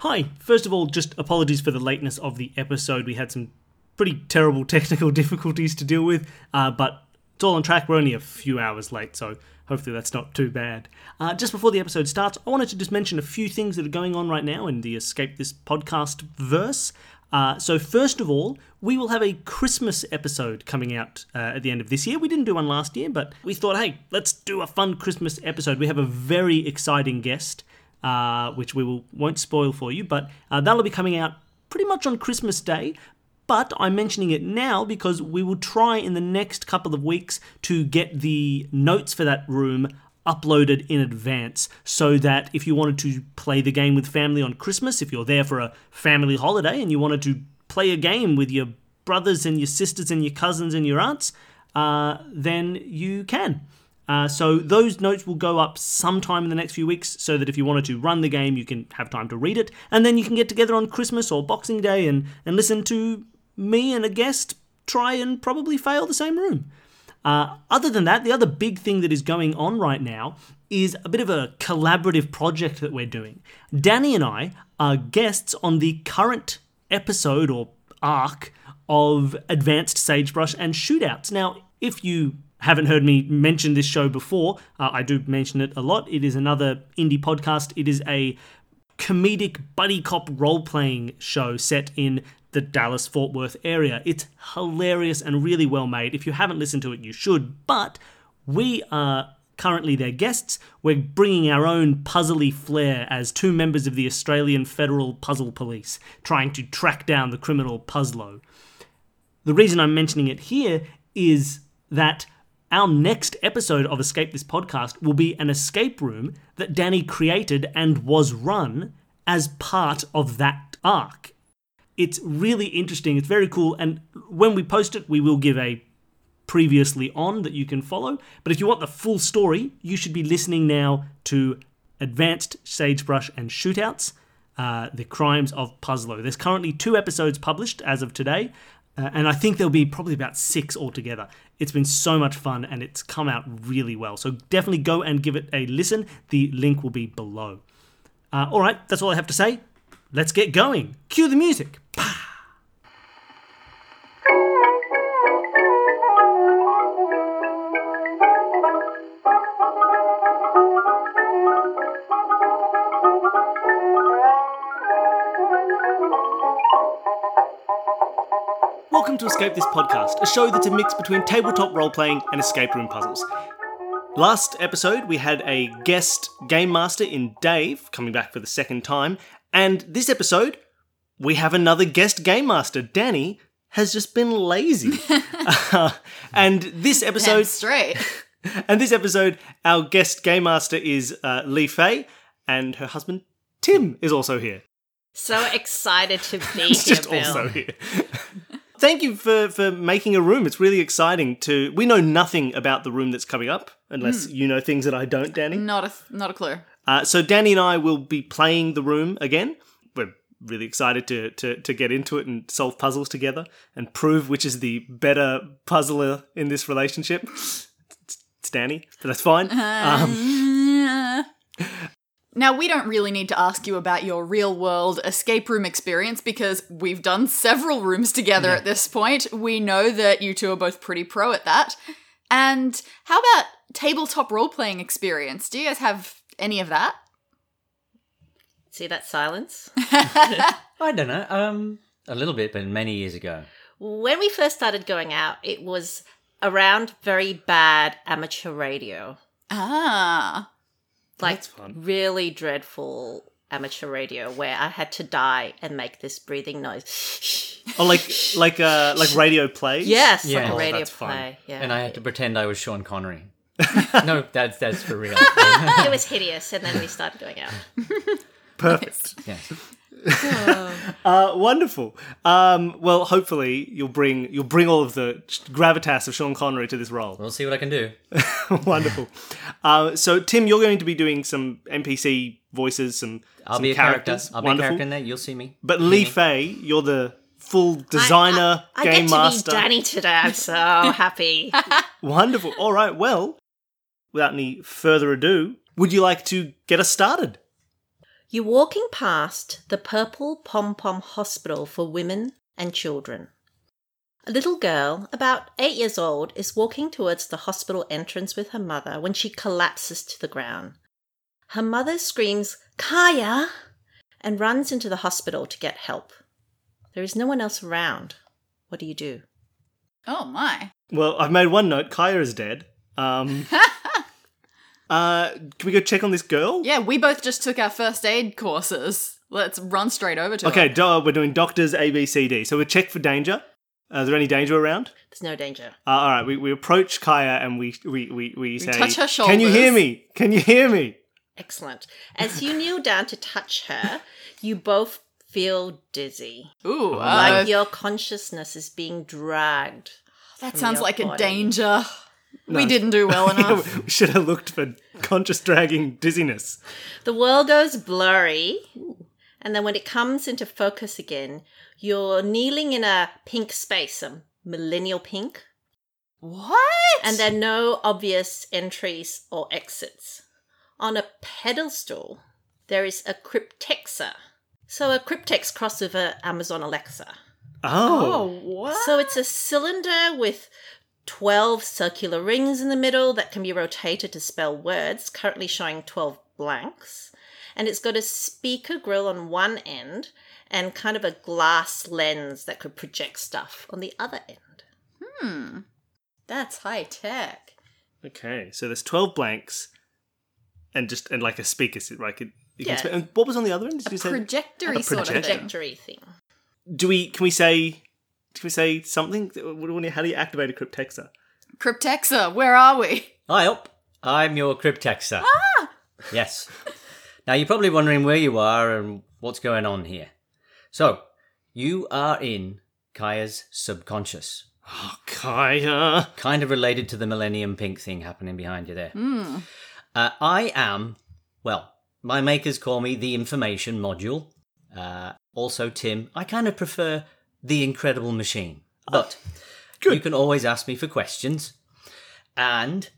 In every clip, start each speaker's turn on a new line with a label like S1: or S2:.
S1: Hi. First of all, just apologies for the lateness of the episode. We had some pretty terrible technical difficulties to deal with, uh, but it's all on track. We're only a few hours late, so hopefully that's not too bad. Uh, just before the episode starts, I wanted to just mention a few things that are going on right now in the Escape This Podcast verse. Uh, so, first of all, we will have a Christmas episode coming out uh, at the end of this year. We didn't do one last year, but we thought, hey, let's do a fun Christmas episode. We have a very exciting guest, uh, which we will, won't spoil for you, but uh, that'll be coming out pretty much on Christmas Day. But I'm mentioning it now because we will try in the next couple of weeks to get the notes for that room uploaded in advance so that if you wanted to play the game with family on Christmas, if you're there for a family holiday and you wanted to play a game with your brothers and your sisters and your cousins and your aunts, uh, then you can. Uh, so those notes will go up sometime in the next few weeks so that if you wanted to run the game, you can have time to read it. And then you can get together on Christmas or Boxing Day and, and listen to me and a guest try and probably fail the same room. Uh, other than that, the other big thing that is going on right now is a bit of a collaborative project that we're doing. Danny and I are guests on the current episode or arc of Advanced Sagebrush and Shootouts. Now, if you haven't heard me mention this show before, uh, I do mention it a lot. It is another indie podcast, it is a comedic buddy cop role playing show set in the Dallas Fort Worth area. It's hilarious and really well made. If you haven't listened to it, you should. But we are currently their guests. We're bringing our own puzzly flair as two members of the Australian Federal Puzzle Police trying to track down the criminal Puzzlo. The reason I'm mentioning it here is that our next episode of Escape This Podcast will be an escape room that Danny created and was run as part of that arc. It's really interesting, it's very cool, and when we post it, we will give a previously on that you can follow. But if you want the full story, you should be listening now to Advanced Sagebrush and Shootouts uh, The Crimes of Puzzlo. There's currently two episodes published as of today, uh, and I think there'll be probably about six altogether. It's been so much fun and it's come out really well. So definitely go and give it a listen. The link will be below. Uh, all right, that's all I have to say. Let's get going. Cue the music. Welcome to Escape This Podcast, a show that's a mix between tabletop role playing and escape room puzzles. Last episode, we had a guest game master in Dave coming back for the second time, and this episode, we have another guest game master. Danny has just been lazy. Uh, and this
S2: Damn
S1: episode,
S2: straight.
S1: and this episode, our guest game master is uh, Lee Fei, and her husband Tim is also here.
S2: So excited to be
S1: It's
S2: here,
S1: just
S2: Bill.
S1: also here. Thank you for, for making a room. It's really exciting to. We know nothing about the room that's coming up, unless you know things that I don't, Danny.
S2: Not a not a clue.
S1: Uh, so Danny and I will be playing the room again. We're really excited to, to to get into it and solve puzzles together and prove which is the better puzzler in this relationship. It's, it's Danny, but that's fine.
S2: Uh-huh.
S1: Um,
S2: Now we don't really need to ask you about your real world escape room experience because we've done several rooms together at this point. We know that you two are both pretty pro at that. And how about tabletop role playing experience? Do you guys have any of that?
S3: See that silence?
S4: I don't know. Um, a little bit, but many years ago.
S3: when we first started going out, it was around very bad amateur radio.
S2: Ah.
S3: Like
S1: That's fun.
S3: really dreadful amateur radio where I had to die and make this breathing noise.
S1: or oh, like like uh like radio plays.
S3: yes,
S4: Yeah.
S3: like a
S4: Oh,
S3: radio
S1: that's fun.
S3: play. Yeah.
S4: And I had to pretend I was Sean Connery. no, that's that's for real.
S3: it was hideous and then we started going out.
S1: Perfect.
S4: Yeah.
S1: Uh, wonderful. Um, well, hopefully you'll bring you'll bring all of the gravitas of Sean Connery to this role.
S4: We'll see what I can do.
S1: wonderful. Uh, so Tim, you're going to be doing some NPC voices, some
S4: I'll
S1: some
S4: be a character.
S1: characters.
S4: I'll be a
S1: wonderful.
S4: character in there. You'll see me.
S1: But Lee Fei, you're the full designer
S3: I, I, I
S1: game
S3: get
S1: master.
S3: to be Danny today. I'm so happy.
S1: Wonderful. All right. Well, without any further ado, would you like to get us started?
S3: You're walking past the Purple Pom Pom Hospital for Women and Children. A little girl, about eight years old, is walking towards the hospital entrance with her mother when she collapses to the ground. Her mother screams, Kaya! and runs into the hospital to get help. There is no one else around. What do you do?
S2: Oh my.
S1: Well, I've made one note. Kaya is dead. Um, uh, can we go check on this girl?
S2: Yeah, we both just took our first aid courses. Let's run straight over to
S1: Okay,
S2: her.
S1: duh, we're doing doctors A, B, C, D. So we check for danger. Uh, is there any danger around?
S3: There's no danger.
S1: Uh, all right, we, we approach Kaya and we we we, we say,
S2: touch her
S1: "Can you hear
S2: shoulders."
S1: me? Can you hear me?"
S3: Excellent. As you kneel down to touch her, you both feel dizzy.
S2: Ooh, uh,
S3: Like your consciousness is being dragged.
S2: that sounds
S3: your
S2: like a
S3: body.
S2: danger. We didn't do well enough.
S1: We should have looked for conscious dragging dizziness.
S3: The world goes blurry, and then when it comes into focus again, you're kneeling in a pink space, a millennial pink,
S2: what?
S3: and there are no obvious entries or exits. On a pedestal, there is a cryptexa. So a cryptex crossed with a Amazon Alexa.
S1: Oh,
S2: Oh, what?
S3: So it's a cylinder with 12 circular rings in the middle that can be rotated to spell words, currently showing 12 blanks. And it's got a speaker grill on one end and kind of a glass lens that could project stuff on the other end.
S2: Hmm.
S3: That's high tech.
S1: okay. So there's twelve blanks, and just and like a speaker, sit- like it. You
S3: Yeah.
S1: can sp- and what was on the other end? Did you say?
S2: Projectory
S1: A
S2: sort of thing.
S1: projector.
S3: Trajectory thing.
S1: do we? Can we say? Can we say something? What do we- How do you activate a cryptexa?
S2: Cryptexa, where are we?
S4: Hi, up. I'm your cryptexa.
S1: Ah!
S4: Yes. Now you're probably wondering where you are and what's going on here. So, you are in Kaya's subconscious,
S1: Oh, Kaya.
S4: kind of related to the Millennium Pink thing happening behind you there.
S2: Hmm.
S4: Uh, I am, well, my makers call me the information module. Uh, also, Tim, I kind of prefer the incredible machine. But you can always ask me for questions. And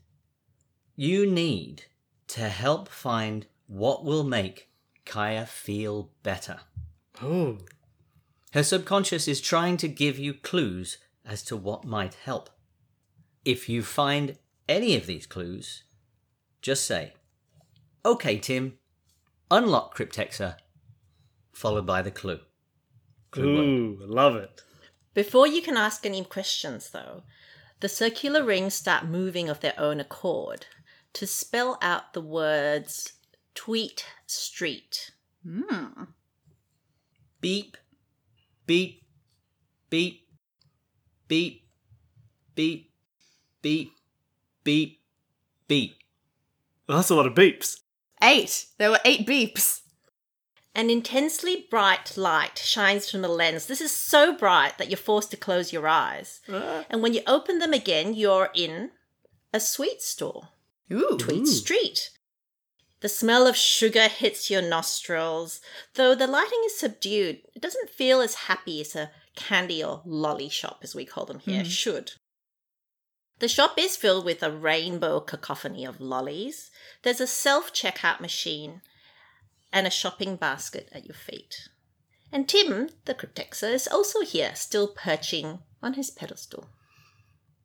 S4: you need to help find what will make Kaya feel better.
S1: Oh.
S4: Her subconscious is trying to give you clues as to what might help. If you find any of these clues, just say, Okay, Tim, unlock Cryptexa, followed by the clue. Clue word.
S1: Ooh, love it.
S3: Before you can ask any questions, though, the circular rings start moving of their own accord to spell out the words tweet street.
S2: Hmm.
S4: Beep, beep, beep, beep, beep, beep, beep, beep.
S1: Well, that's a lot of beeps.
S2: Eight. There were eight beeps.
S3: An intensely bright light shines from the lens. This is so bright that you're forced to close your eyes.
S2: Ah.
S3: And when you open them again, you're in a sweet store.
S2: Ooh.
S3: Tweet Street. The smell of sugar hits your nostrils, though the lighting is subdued. It doesn't feel as happy as a candy or lolly shop, as we call them here,
S2: Hmm.
S3: should. The shop is filled with a rainbow cacophony of lollies. There's a self checkout machine and a shopping basket at your feet. And Tim, the cryptexa, is also here, still perching on his pedestal.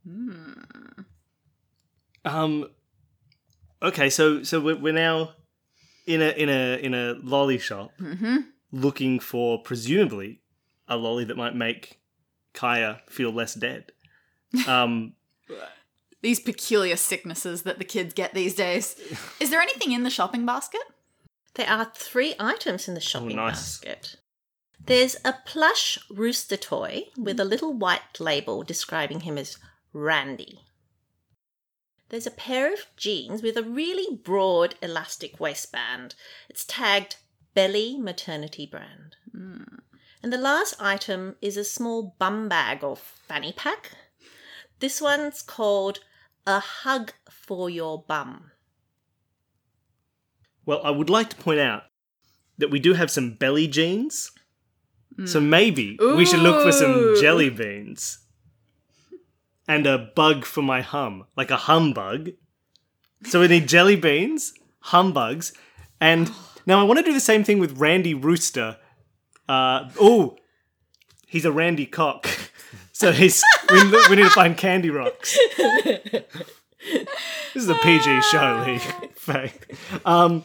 S2: Hmm.
S1: Um. Okay, so so we're, we're now in a in a in a lolly shop,
S2: Mm-hmm.
S1: looking for presumably a lolly that might make Kaya feel less dead. Um.
S2: These peculiar sicknesses that the kids get these days. Is there anything in the shopping basket?
S3: There are three items in the shopping
S1: nice.
S3: basket. There's a plush rooster toy with a little white label describing him as Randy. There's a pair of jeans with a really broad elastic waistband. It's tagged Belly Maternity Brand. And the last item is a small bum bag or fanny pack. This one's called a hug for your bum.
S1: well, I would like to point out that we do have some belly jeans, so maybe we should look for some
S2: Ooh.
S1: jelly beans and a bug for my hum, like a humbug. So we need jelly beans, humbugs, and Now I want to do the same thing with Randy Rooster. Uh, oh, he's a Randy cock. So he's we, lo- we need to find Candy Rocks. this is a PG show, Lee. Fact. Um,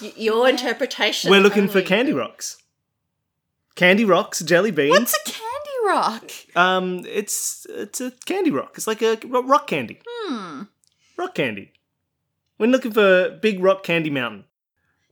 S3: Y- Your interpretation.
S1: we're looking for
S3: only.
S1: Candy Rocks. Candy Rocks, jelly beans.
S2: What's a candy rock?
S1: Um, it's it's a candy rock. It's like a ro- rock candy.
S2: Hmm.
S1: Rock candy. We're looking for Big Rock Candy Mountain.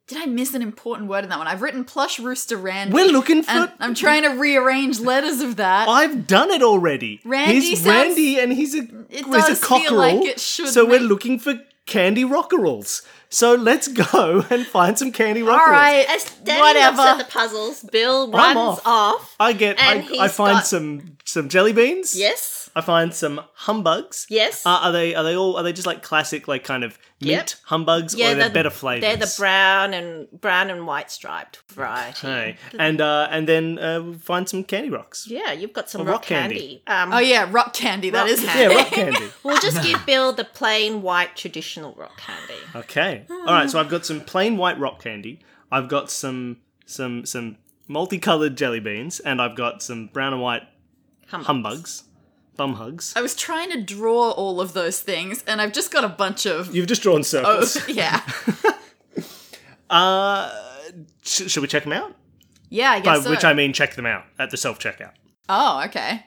S2: Did I miss an important word in that one? I've written plush rooster Randy.
S1: We're looking for.
S2: and I'm trying to rearrange letters of that.
S1: I've done it already.
S2: Randy
S1: he's
S2: sounds-
S1: Randy, and he's a
S2: It
S1: he's a
S2: does feel
S1: cockerel.
S2: like it should
S1: so we're
S2: make-
S1: looking for candy rockerels. So let's go and find some candy rockerels.
S2: All right,
S3: As Danny
S2: whatever.
S3: looks at the puzzles, Bill runs
S1: off.
S3: off.
S1: I get.
S3: And
S1: I,
S3: he's
S1: I find
S3: got-
S1: some some jelly beans.
S3: Yes.
S1: I find some humbugs.
S3: Yes.
S1: Uh, Are, are they are they all are they just like classic like kind of mint
S3: Yep.
S1: humbugs or are they better flavors?
S3: They're the brown and brown and white striped variety.
S1: Okay. And uh, and then uh, we'll find some candy rocks.
S3: Yeah, you've got some
S1: Or
S3: rock,
S1: rock candy.
S3: candy. Um,
S2: oh yeah, rock candy. That
S3: Rock
S2: is
S3: candy.
S1: Yeah, rock candy.
S3: We'll just give Bill the plain white traditional rock candy.
S1: Okay. All right. So I've got some plain white rock candy. I've got some some some multicolored jelly beans, and I've got some brown and white
S3: Humbugs.
S1: humbugs, bum hugs.
S3: Oh.
S2: I was trying to draw all of those things, and I've just got a bunch of.
S1: You've just drawn
S2: oh,
S1: circles.
S2: yeah,
S3: Oh.
S1: Uh, sh- should we check them out?
S2: yeah. I
S1: By
S2: guess so.
S1: which I mean check them out at the self checkout.
S2: Oh, okay.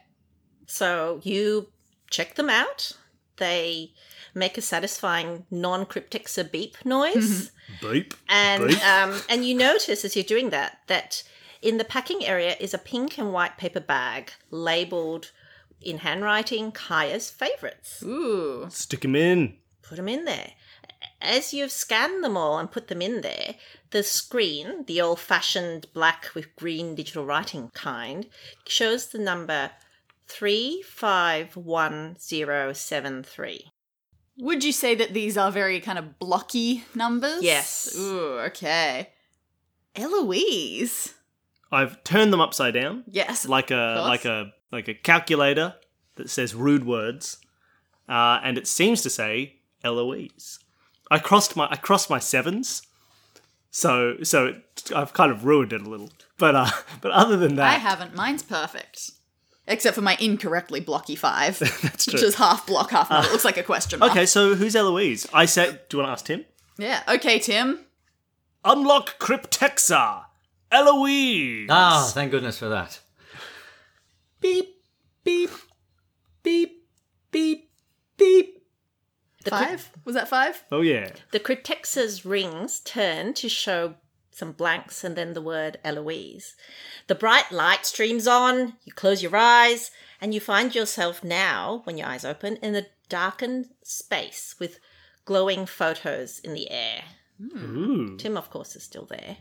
S3: So you check them out. They make a satisfying non-cryptic a beep noise,
S1: Beep.
S3: and
S1: Beep.
S3: um, and you notice as you're doing that that in the packing area is a pink and white paper bag labeled in handwriting Kaya's favorites.
S2: Ooh.
S1: Stick them in.
S3: Put them in there. As you've scanned them all and put them in there, the screen, the old fashioned black with green digital writing kind, shows the number 351073.
S2: Would you say that these are very kind of blocky numbers?
S3: Yes.
S2: Ooh, okay. Eloise.
S1: I've turned them upside down,
S2: Yes.
S1: like a
S2: course.
S1: like a like a calculator that says rude words, uh, and it seems to say Eloise. I crossed my I crossed my sevens, so so it, I've kind of ruined it a little. But uh, but other than
S2: I
S1: that,
S2: haven't. Mine's perfect. Except for my incorrectly blocky five,
S1: that's
S2: which
S1: true. Ah.
S2: is half block, half not. it looks like a question mark.
S1: Okay, so who's Eloise? I say, do you want to ask Tim?
S2: Yeah. Okay, Tim.
S1: Unlock Cryptexa, Eloise.
S4: Ah, thank goodness for that.
S1: beep beep beep beep beep.
S3: The, cryp-
S2: Five? Was that five?
S1: Oh yeah.
S3: the cryptex's rings turn to show some blanks and then the word Eloise. The bright light streams on, you close your eyes, and you find yourself now, when your eyes open, in a darkened space with glowing photos in the air.
S1: Ooh.
S3: Tim, of course, is still there.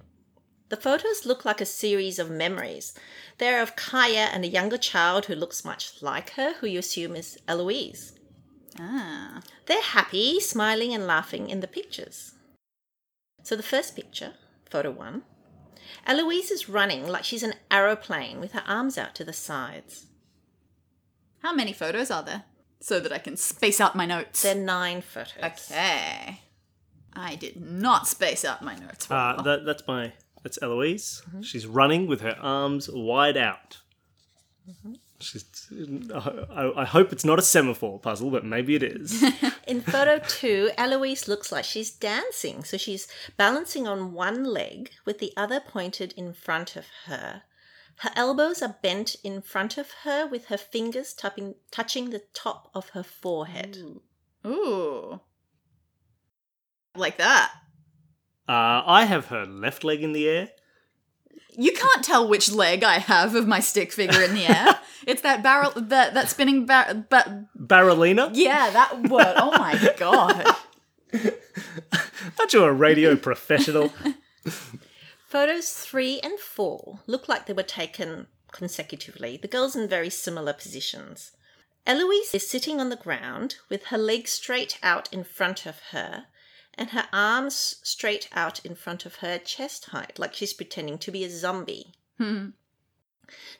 S3: The photos look like a series of memories. They're of Kaya and a younger child who looks much like her, who you assume is Eloise.
S2: Ah.
S3: They're happy, smiling, and laughing in the pictures. So, the first picture, photo one, Eloise is running like she's an aeroplane with her arms out to the sides.
S2: How many photos are there? So that I can space out my notes.
S3: They're nine photos.
S2: okay. I did not space out my notes. well.
S1: Uh, that, that's my that's Eloise. She's running with her arms wide out. She's. I, I hope it's not a semaphore puzzle, but maybe it is. Uh,
S3: In photo two, Eloise looks like she's dancing. So she's balancing on one leg with the other pointed in front of her. Her elbows are bent in front of her with her fingers tapping, touching the top of her forehead.
S2: Ooh. Like that.
S1: uh, I have her left leg in the air.
S2: You can't tell which leg I have of my stick figure in the air. it's that barrel, that that spinning bar, but
S1: Barolina.
S2: yeah, that word. Oh my god.
S1: Aren't you a radio professional?
S3: Photos three and four look like they were taken consecutively, the girls in very similar positions. Eloise is sitting on the ground with her legs straight out in front of her and her arms straight out in front of her chest height, like she's pretending to be a zombie.
S2: Hmm.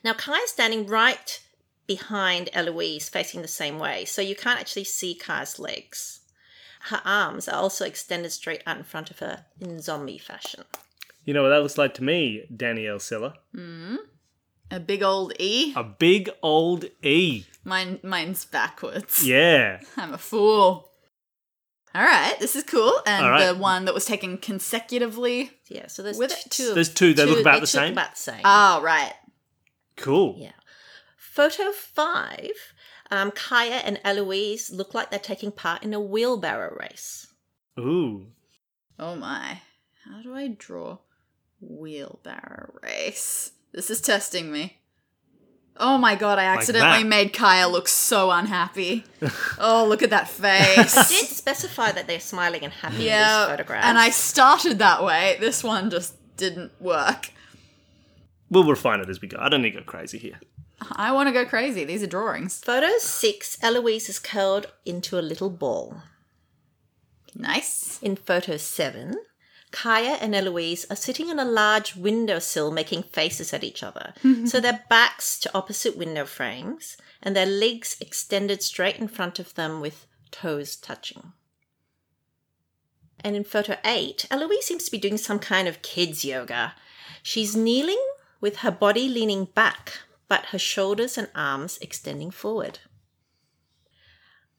S3: Now, Kai is standing right behind Eloise, facing the same way, so you can't actually see Kai's legs. Her arms are also extended straight out in front of her in zombie fashion.
S1: You know what that looks like to me, Danielle Silla?
S2: A big old E.
S1: A big old E.
S2: Mine, mine's backwards.
S1: Yeah.
S2: I'm a fool. All right, this is cool. And
S1: All right.
S2: the one that was taken consecutively.
S3: Yeah, so there's
S2: With it.
S3: two. of-
S1: There's two, they look about the
S3: two
S1: same.
S3: About the same.
S2: Oh, right.
S1: Cool.
S3: Yeah. Photo five. Um, Kaya and Eloise look like they're taking part in a wheelbarrow race.
S1: Ooh.
S2: Oh my. How do I draw wheelbarrow race? This is testing me. Oh my god, I accidentally
S1: that.
S2: made Kaya look so unhappy. oh, look at that
S3: Did
S2: face.
S3: specify that they're smiling and happy in these
S2: yeah.
S3: photographs.
S2: And I started that way. This one just didn't work.
S1: We'll refine it as we go. I don't need to go crazy here.
S2: I want to go crazy. These are drawings.
S3: Photo six. Eloise is curled into a little ball.
S2: Nice.
S3: In photo seven, Kaya and Eloise are sitting on a large windowsill making faces at each other. so their backs to opposite window frames and their legs extended straight in front of them with toes touching. And in photo eight, Eloise seems to be doing some kind of kids yoga. She's kneeling with her body leaning back, but her shoulders and arms extending forward.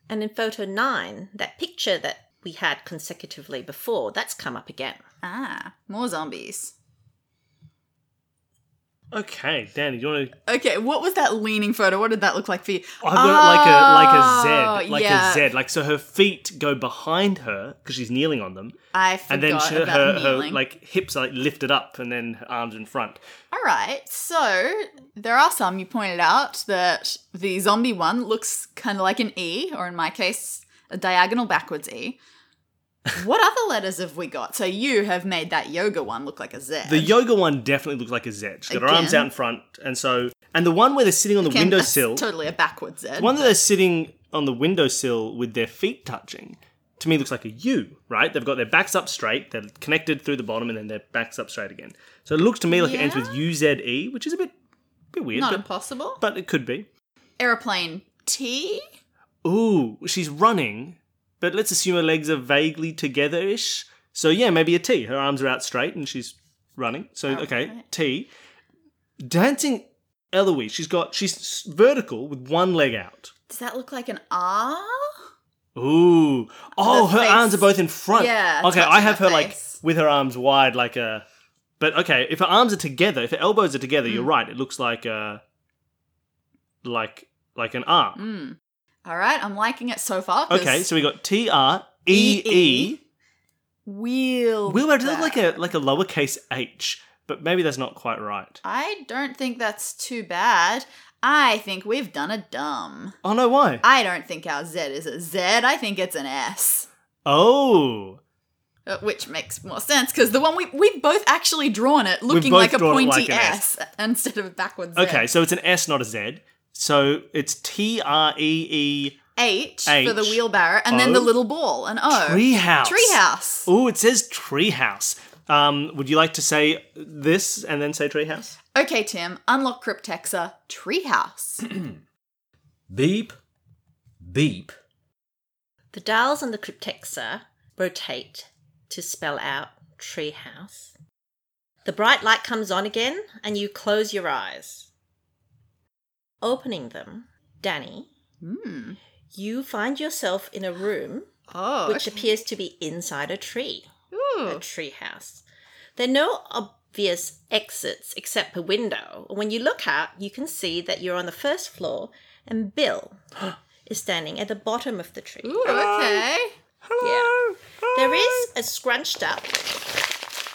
S3: And in photo nine, that picture that we had consecutively before, that's come up again.
S2: Ah, more zombies.
S1: Okay, Danny, do you want to?
S2: Okay, what was that leaning photo? What did that look like for you?
S1: I've got it like a like a Z,
S2: Oh,
S1: like
S2: yeah.
S1: a Z. Like so, her feet go behind her because she's kneeling on them,
S2: I forgot
S1: and then she,
S2: about
S1: her, her
S2: kneeling.
S1: like hips are like lifted up, and then her arms in front.
S2: All right, so there are some you pointed out that the zombie one looks kind of like an E, or in my case, a diagonal backwards E. what other letters have we got? So you have made that yoga one look like a Z.
S1: The yoga one definitely looks like a Z. She's got her arms
S2: Again.
S1: out in front, and so and the one where they're sitting on the
S2: Can- that's
S1: windowsill,
S2: Totally a backwards Z.
S1: the one that they're sitting on the windowsill with their feet touching, to me looks like a U. Right? They've got their backs up straight. They're connected through the bottom, and then their backs up straight again. So it looks to me like it ends
S2: Yeah.
S1: with U Z E, which is a bit bit weird,
S2: Not
S1: but,
S2: impossible.
S1: but it could be.
S2: Aeroplane T?
S1: Ooh, she's running, but let's assume her legs are vaguely together ish. So yeah, maybe a T. Her arms are out straight and she's running. So
S2: Oh,
S1: okay,
S2: Alright.
S1: T. Dancing Eloise, she's got she's s- vertical with one leg out.
S2: Does that look like an R?
S1: Ooh. Oh,
S2: The
S1: her
S2: face.
S1: arms are both in front.
S2: Yeah,
S1: Okay, I
S2: touching
S1: have
S2: her
S1: her like
S2: face.
S1: with her arms wide like a But okay, if her arms are together, if her elbows are together,
S2: Mm.
S1: you're right. It looks like a like like an R.
S2: Mm. All right, I'm liking it so far. 'cause
S1: Okay, so we got T R E E.
S2: wheel.
S1: Wheelbarrow does look like a like a lowercase h, but maybe that's not quite right.
S2: I don't think that's too bad. I think we've done a dumb.
S1: Oh no, why?
S2: I don't think our Z is a Z. I think it's an S,
S1: Oh,
S2: Uh, which makes more sense because the one we we've both actually drawn it looking
S1: both
S2: like a
S1: drawn it
S2: pointy
S1: like an
S2: S, instead of a backwards Z.
S1: okay. So it's an s, not a z. So it's T R E E
S2: H, for the
S1: H.
S2: wheelbarrow, and then the
S1: O.
S2: little ball, an O.
S1: treehouse.
S2: Oh, Treehouse.
S1: Oh, it says treehouse. Um, would you like to say this and then say treehouse?
S2: Okay, Tim, unlock Cryptexa. Treehouse.
S4: Beep, beep.
S3: The dials on the cryptexa rotate to spell out treehouse. The bright light comes on again, and you close your eyes. Opening them, Danny,
S2: Hmm.
S3: you find yourself in a room
S2: Oh.
S3: which
S2: okay.
S3: appears to be inside a tree, a
S2: Ooh.
S3: treehouse. There are no obvious exits except a window. When you look out, you can see that you're on the first floor, and Bill is standing at the bottom of the tree.
S2: Ooh, okay.
S3: Yeah. There is a scrunched up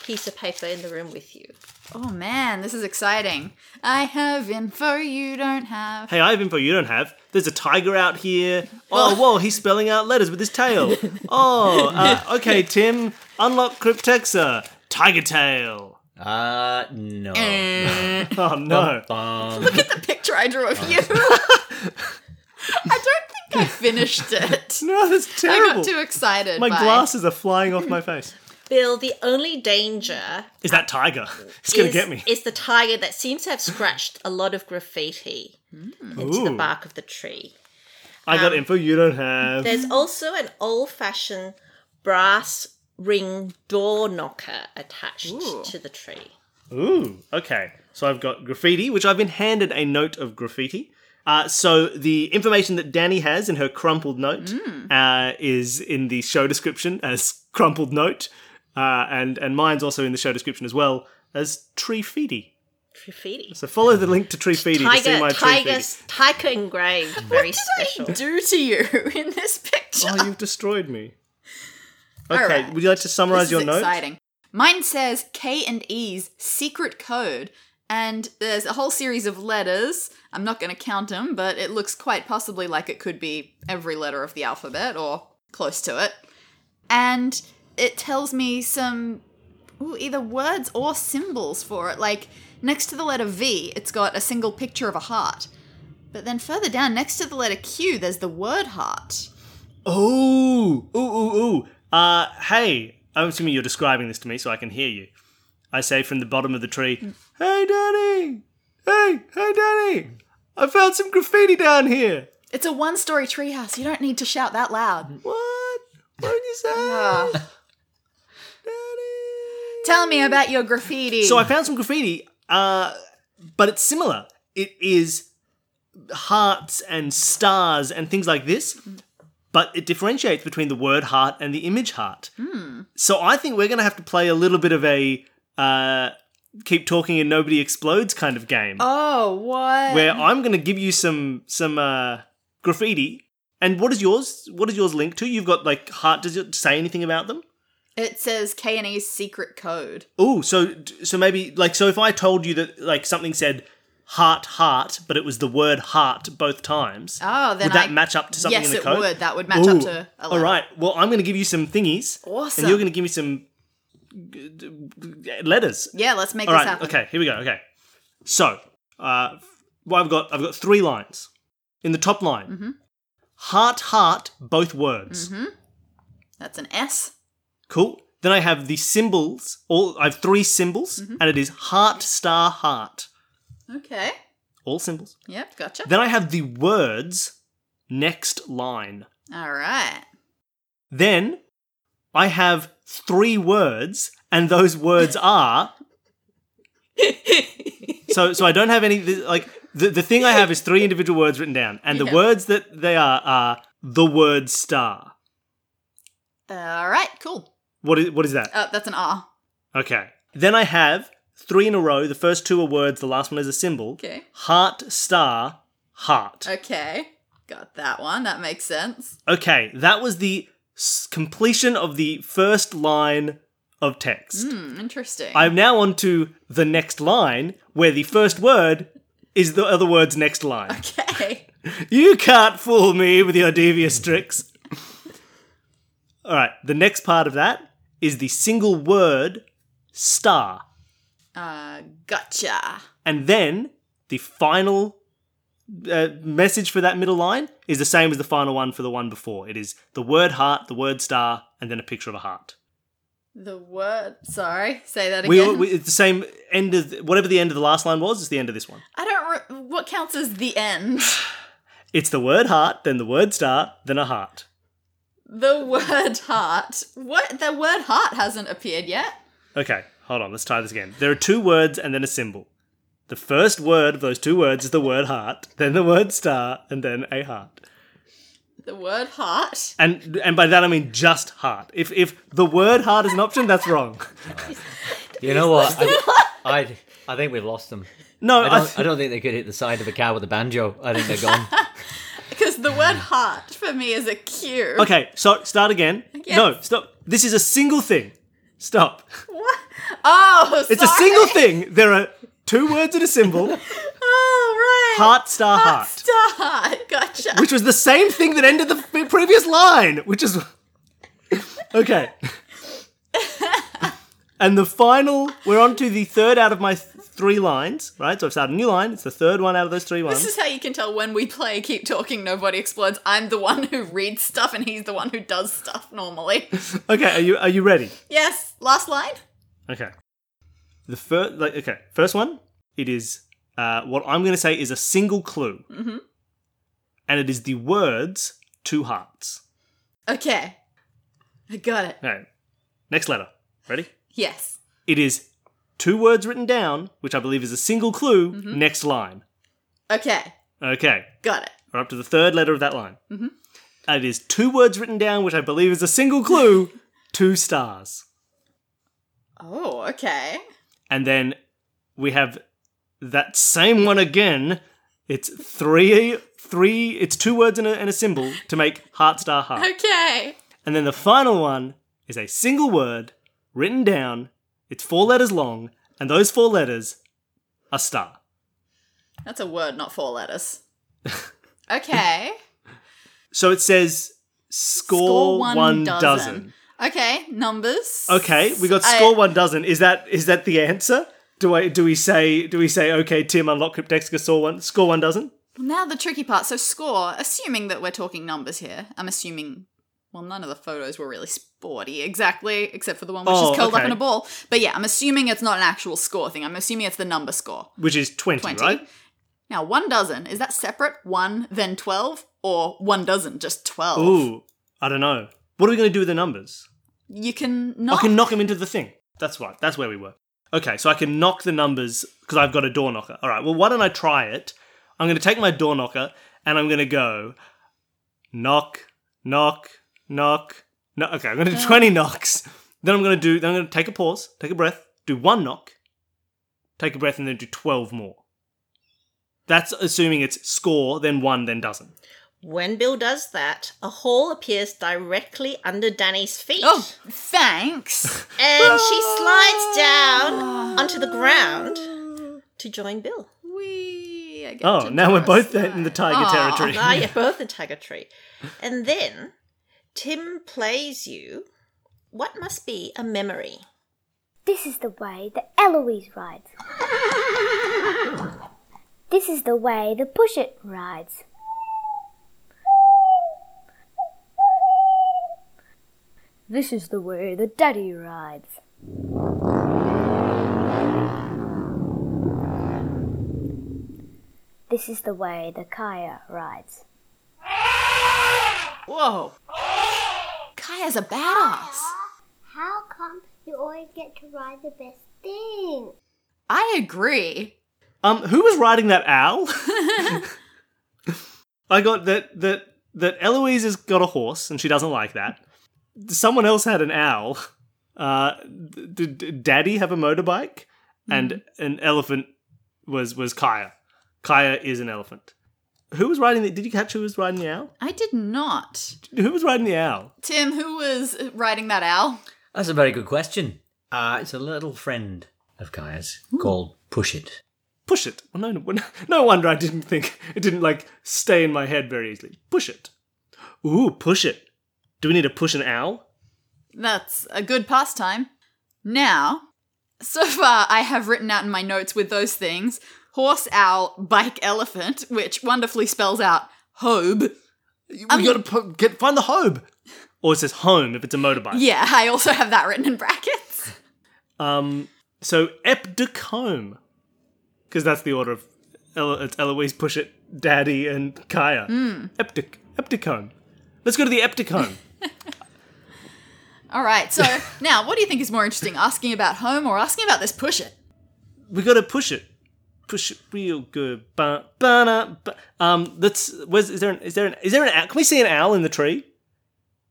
S3: piece of paper in the room with you.
S2: Oh man, this is exciting. I have info you don't have.
S1: Hey, I have info you don't have. There's a tiger out here. Oh, whoa, he's spelling out letters with his tail. Oh, uh, okay, Tim. Unlock Cryptexa. Tiger tail.
S4: Uh, no.
S2: Eh.
S1: Oh no.
S4: Um,
S2: Look at the picture I drew of you. I don't think I finished it.
S1: No, that's
S2: I
S1: terrible.
S2: got too excited.
S1: My
S2: by-
S1: glasses are flying off my face.
S3: Bill, the only danger
S1: Is that tiger? It's gonna
S3: is,
S1: get me.
S3: is the tiger that seems to have scratched a lot of graffiti into the
S1: Hmm. Ooh.
S3: bark of the tree.
S1: I
S2: um,
S1: got info you don't have.
S3: There's also an old fashioned brass ring door knocker attached to the tree.
S1: Ooh, okay. So I've got graffiti, which I've been handed a note of graffiti. Uh, so the information that Danny has in her crumpled note
S2: Mm.
S1: uh, is in the show description as crumpled note, uh, and and mine's also in the show description as well as tree feety.
S3: Graffiti.
S1: So follow the link to tree feety to see
S3: Tiger,
S1: my tree
S3: tiger,
S1: feety.
S3: tiger engraved. Very special.
S2: do to you in this picture?
S1: Oh, you've destroyed me.
S2: All
S1: Okay,
S2: right.
S1: would you like to summarize
S2: This
S1: your
S2: is
S1: note?
S2: exciting. Mine says K and E's secret code, and there's a whole series of letters. I'm not going to count them, but it looks quite possibly like it could be every letter of the alphabet or close to it. And it tells me some ooh, either words or symbols for it. Like next to the letter V, it's got a single picture of a heart. But then further down, next to the letter Q, there's the word heart.
S1: Oh, ooh, ooh, ooh. Uh, hey, I'm assuming you're describing this to me so I can hear you. I say from the bottom of the tree, Hey, Danny! Hey, hey, Danny! I found some graffiti down here!
S2: It's a one story treehouse. You don't need to shout that loud.
S1: What? What did you say?
S2: Ah.
S1: Danny!
S2: Tell me about your graffiti.
S1: So I found some graffiti, uh, but it's similar. It is hearts and stars and things like this, but it differentiates between the word heart and the image heart. So I think we're going to have to play a little bit of a uh, keep talking and nobody explodes kind of game,
S2: oh, what?
S1: where I'm going to give you some some uh, graffiti. And what is yours? What is yours linked to? You've got like heart. Does it say anything about them?
S2: it says K and E's secret code.
S1: Oh, so so maybe like so if I told you that like something said heart heart, but it was the word heart both times.
S2: Oh, then
S1: would that
S2: I-
S1: match up to something
S2: yes,
S1: in the
S2: it
S1: code?
S2: would. That would match
S1: Ooh,
S2: up to. A
S1: all
S2: letter.
S1: right. Well, I'm going to give you some thingies,
S2: Awesome.
S1: and you're going to give me some g- d- g- letters.
S2: Yeah, let's make
S1: all
S2: this
S1: right.
S2: happen.
S1: Okay. Here we go. Okay. So, uh, well, I've got I've got three lines. In the top line,
S2: Mm-hmm.
S1: heart heart, both words.
S2: That's an S.
S1: Cool. Then I have the symbols. All I have three symbols, and it is heart, star, heart.
S2: Okay.
S1: All symbols.
S2: Yep, gotcha.
S1: Then I have the words next line.
S2: All right.
S1: Then I have three words, and those words are. so so I don't have any th- like the the thing I have is three individual words written down, and the
S2: Yeah.
S1: words that they are are the word star.
S2: All right, cool.
S1: What is what is that?
S2: Oh, that's an R.
S1: Okay. Then I have three in a row. The first two are words. The last one is a symbol.
S2: Okay.
S1: Heart star heart.
S2: Okay. Got that one. That makes sense.
S1: Okay, that was the s- completion of the first line of text.
S2: Hmm, interesting.
S1: I'm now on to the next line, where the first word is the other word's next line.
S2: okay.
S1: You can't fool me with your devious tricks. All right, the next part of that is the single word star.
S2: Uh, gotcha.
S1: And then the final uh, message for that middle line is the same as the final one for the one before. It is the word heart, the word star, and then a picture of a heart.
S2: The word. Sorry, say that
S1: We,
S2: again.
S1: we it's the same end of whatever the end of the last line was. It's the end of this one.
S2: I don't. Re- what counts as the end?
S1: It's the word heart, then the word star, then a heart.
S2: The word heart. What? The word heart hasn't appeared yet.
S1: Okay, hold on. Let's try this again. There are two words and then a symbol. The first word of those two words is the word heart, then the word star, and then a heart.
S2: The word heart.
S1: And and by that I mean just heart. If if the word heart is an option, that's wrong.
S4: You know what? I, I, I think we've lost them.
S1: No,
S4: I
S1: I
S4: don't,
S1: th-
S4: I don't think they could hit the side of a cow with a banjo. I think they're gone.
S2: Because the word heart for me is a Q.
S1: Okay, so start again.
S2: Yes.
S1: No, stop. This is a single thing. Stop.
S2: What? Oh,
S1: It's
S2: sorry.
S1: a single thing. There are two words and a symbol.
S2: Oh, right.
S1: Heart star
S2: Heart,
S1: heart.
S2: star heart. Gotcha.
S1: Which was the same thing that ended the f- previous line, which is Okay. And the final we're on to the third out of my th- three lines, right? So I've started a new line. It's the third one out of those three ones.
S2: This is how you can tell when we play Keep Talking, Nobody Explodes. I'm the one who reads stuff and he's the one who does stuff normally.
S1: Okay, are you are you ready?
S2: yes, last line.
S1: Okay. The first, like, okay, first one. It is uh, what I'm going to say is a single clue. Mm-hmm. and it is the words two hearts.
S2: Okay. I got it.
S1: Okay. Next letter. Ready?
S2: Yes.
S1: It is two words written down, which I believe is a single clue, next line.
S2: Okay.
S1: Okay.
S2: Got it.
S1: We're up to the third letter of that line. And It is two words written down, which I believe is a single clue, two stars.
S2: Oh, okay.
S1: And then we have that same one again. It's three, three, it's two words and a, and a symbol to make heart, star, heart.
S2: Okay.
S1: And then the final one is a single word written down. It's four letters long, and those four letters are star.
S2: That's a word, not four letters. Okay.
S1: So it says score, one, dozen.
S2: Okay, numbers.
S1: Okay, we got
S2: I-
S1: score one dozen. Is that is that the answer? Do I do we say do we say okay, Tim unlock Cryptexica score one score one dozen?
S2: Now the tricky part. So score, assuming that we're talking numbers here. I'm assuming well, none of the photos were really sporty exactly, except for the one which
S1: Oh,
S2: is curled up
S1: okay.
S2: in a ball. But yeah, I'm assuming it's not an actual score thing. I'm assuming it's the number score.
S1: Which is 20,
S2: 20.
S1: right?
S2: Now, one dozen, is that separate? One, then 12? Or one dozen, just 12?
S1: Ooh, I don't know. What are we going to do with the numbers?
S2: You can not.
S1: I can knock them into the thing. That's right. That's where we were. Okay, so I can knock the numbers because I've got a door knocker. All right. Well, why don't I try it? I'm going to take my door knocker and I'm going to go knock, knock, knock. No, okay, I'm going to do 20 knocks. Then I'm going to do then I'm going to take a pause, take a breath, do one knock, take a breath and then do 12 more. That's assuming it's score, then one, then dozen.
S3: When Bill does that, a hole appears directly under Danny's feet.
S2: Oh, thanks.
S3: And she slides down onto the ground to join Bill.
S2: we. I get
S1: Oh,
S2: to
S1: now
S2: draw
S1: we're
S2: a
S1: both in the
S2: slide.
S1: tiger
S2: Aw.
S1: territory.
S3: Ah, you're both in Tiger Tree. And then Tim plays you what must be a memory.
S5: This is the way that Eloise rides. This is the way the push it rides. This is the way the daddy rides. This is the way the Kaya rides.
S2: Whoa. Kaya's a badass.
S5: How come you always get to ride the best thing?
S2: I agree.
S1: Um, who was riding that owl? I got that that that Eloise has got a horse and she doesn't like that. Someone else had an owl. Uh, d- d- did Daddy have a motorbike? And an elephant was was Kaya. Kaya is an elephant. Who was riding the? Did you catch who was riding the owl?
S2: I did not.
S1: Who was riding the owl?
S2: Tim, who was riding that owl?
S4: That's a very good question. Uh, it's a little friend of Kaya's called Push It.
S1: Push it. Well, no, no, no wonder I didn't think it didn't like stay in my head very easily. Push it. Ooh, push it. Do we need to push an owl?
S2: That's a good pastime. Now, so far I have written out in my notes with those things horse, owl, bike, elephant, which wonderfully spells out hobe.
S1: We
S2: I mean-
S1: gotta pu- get find the home. Um, Or it says home if it's a motorbike.
S2: Yeah, I also have that written in brackets.
S1: Um. So Epdicome, because that's the order of Elo- it's Eloise, push it, Daddy, and Kaya. Epdic Epdicome. Let's go to the Epdicome.
S2: All right, so now what do you think is more interesting, asking about home or asking about this push it?
S1: we gotta push it, push it real good. Ba ba na, ba. Um. Let's. Where's is there an is there an is there an owl? Can we see an owl in the tree?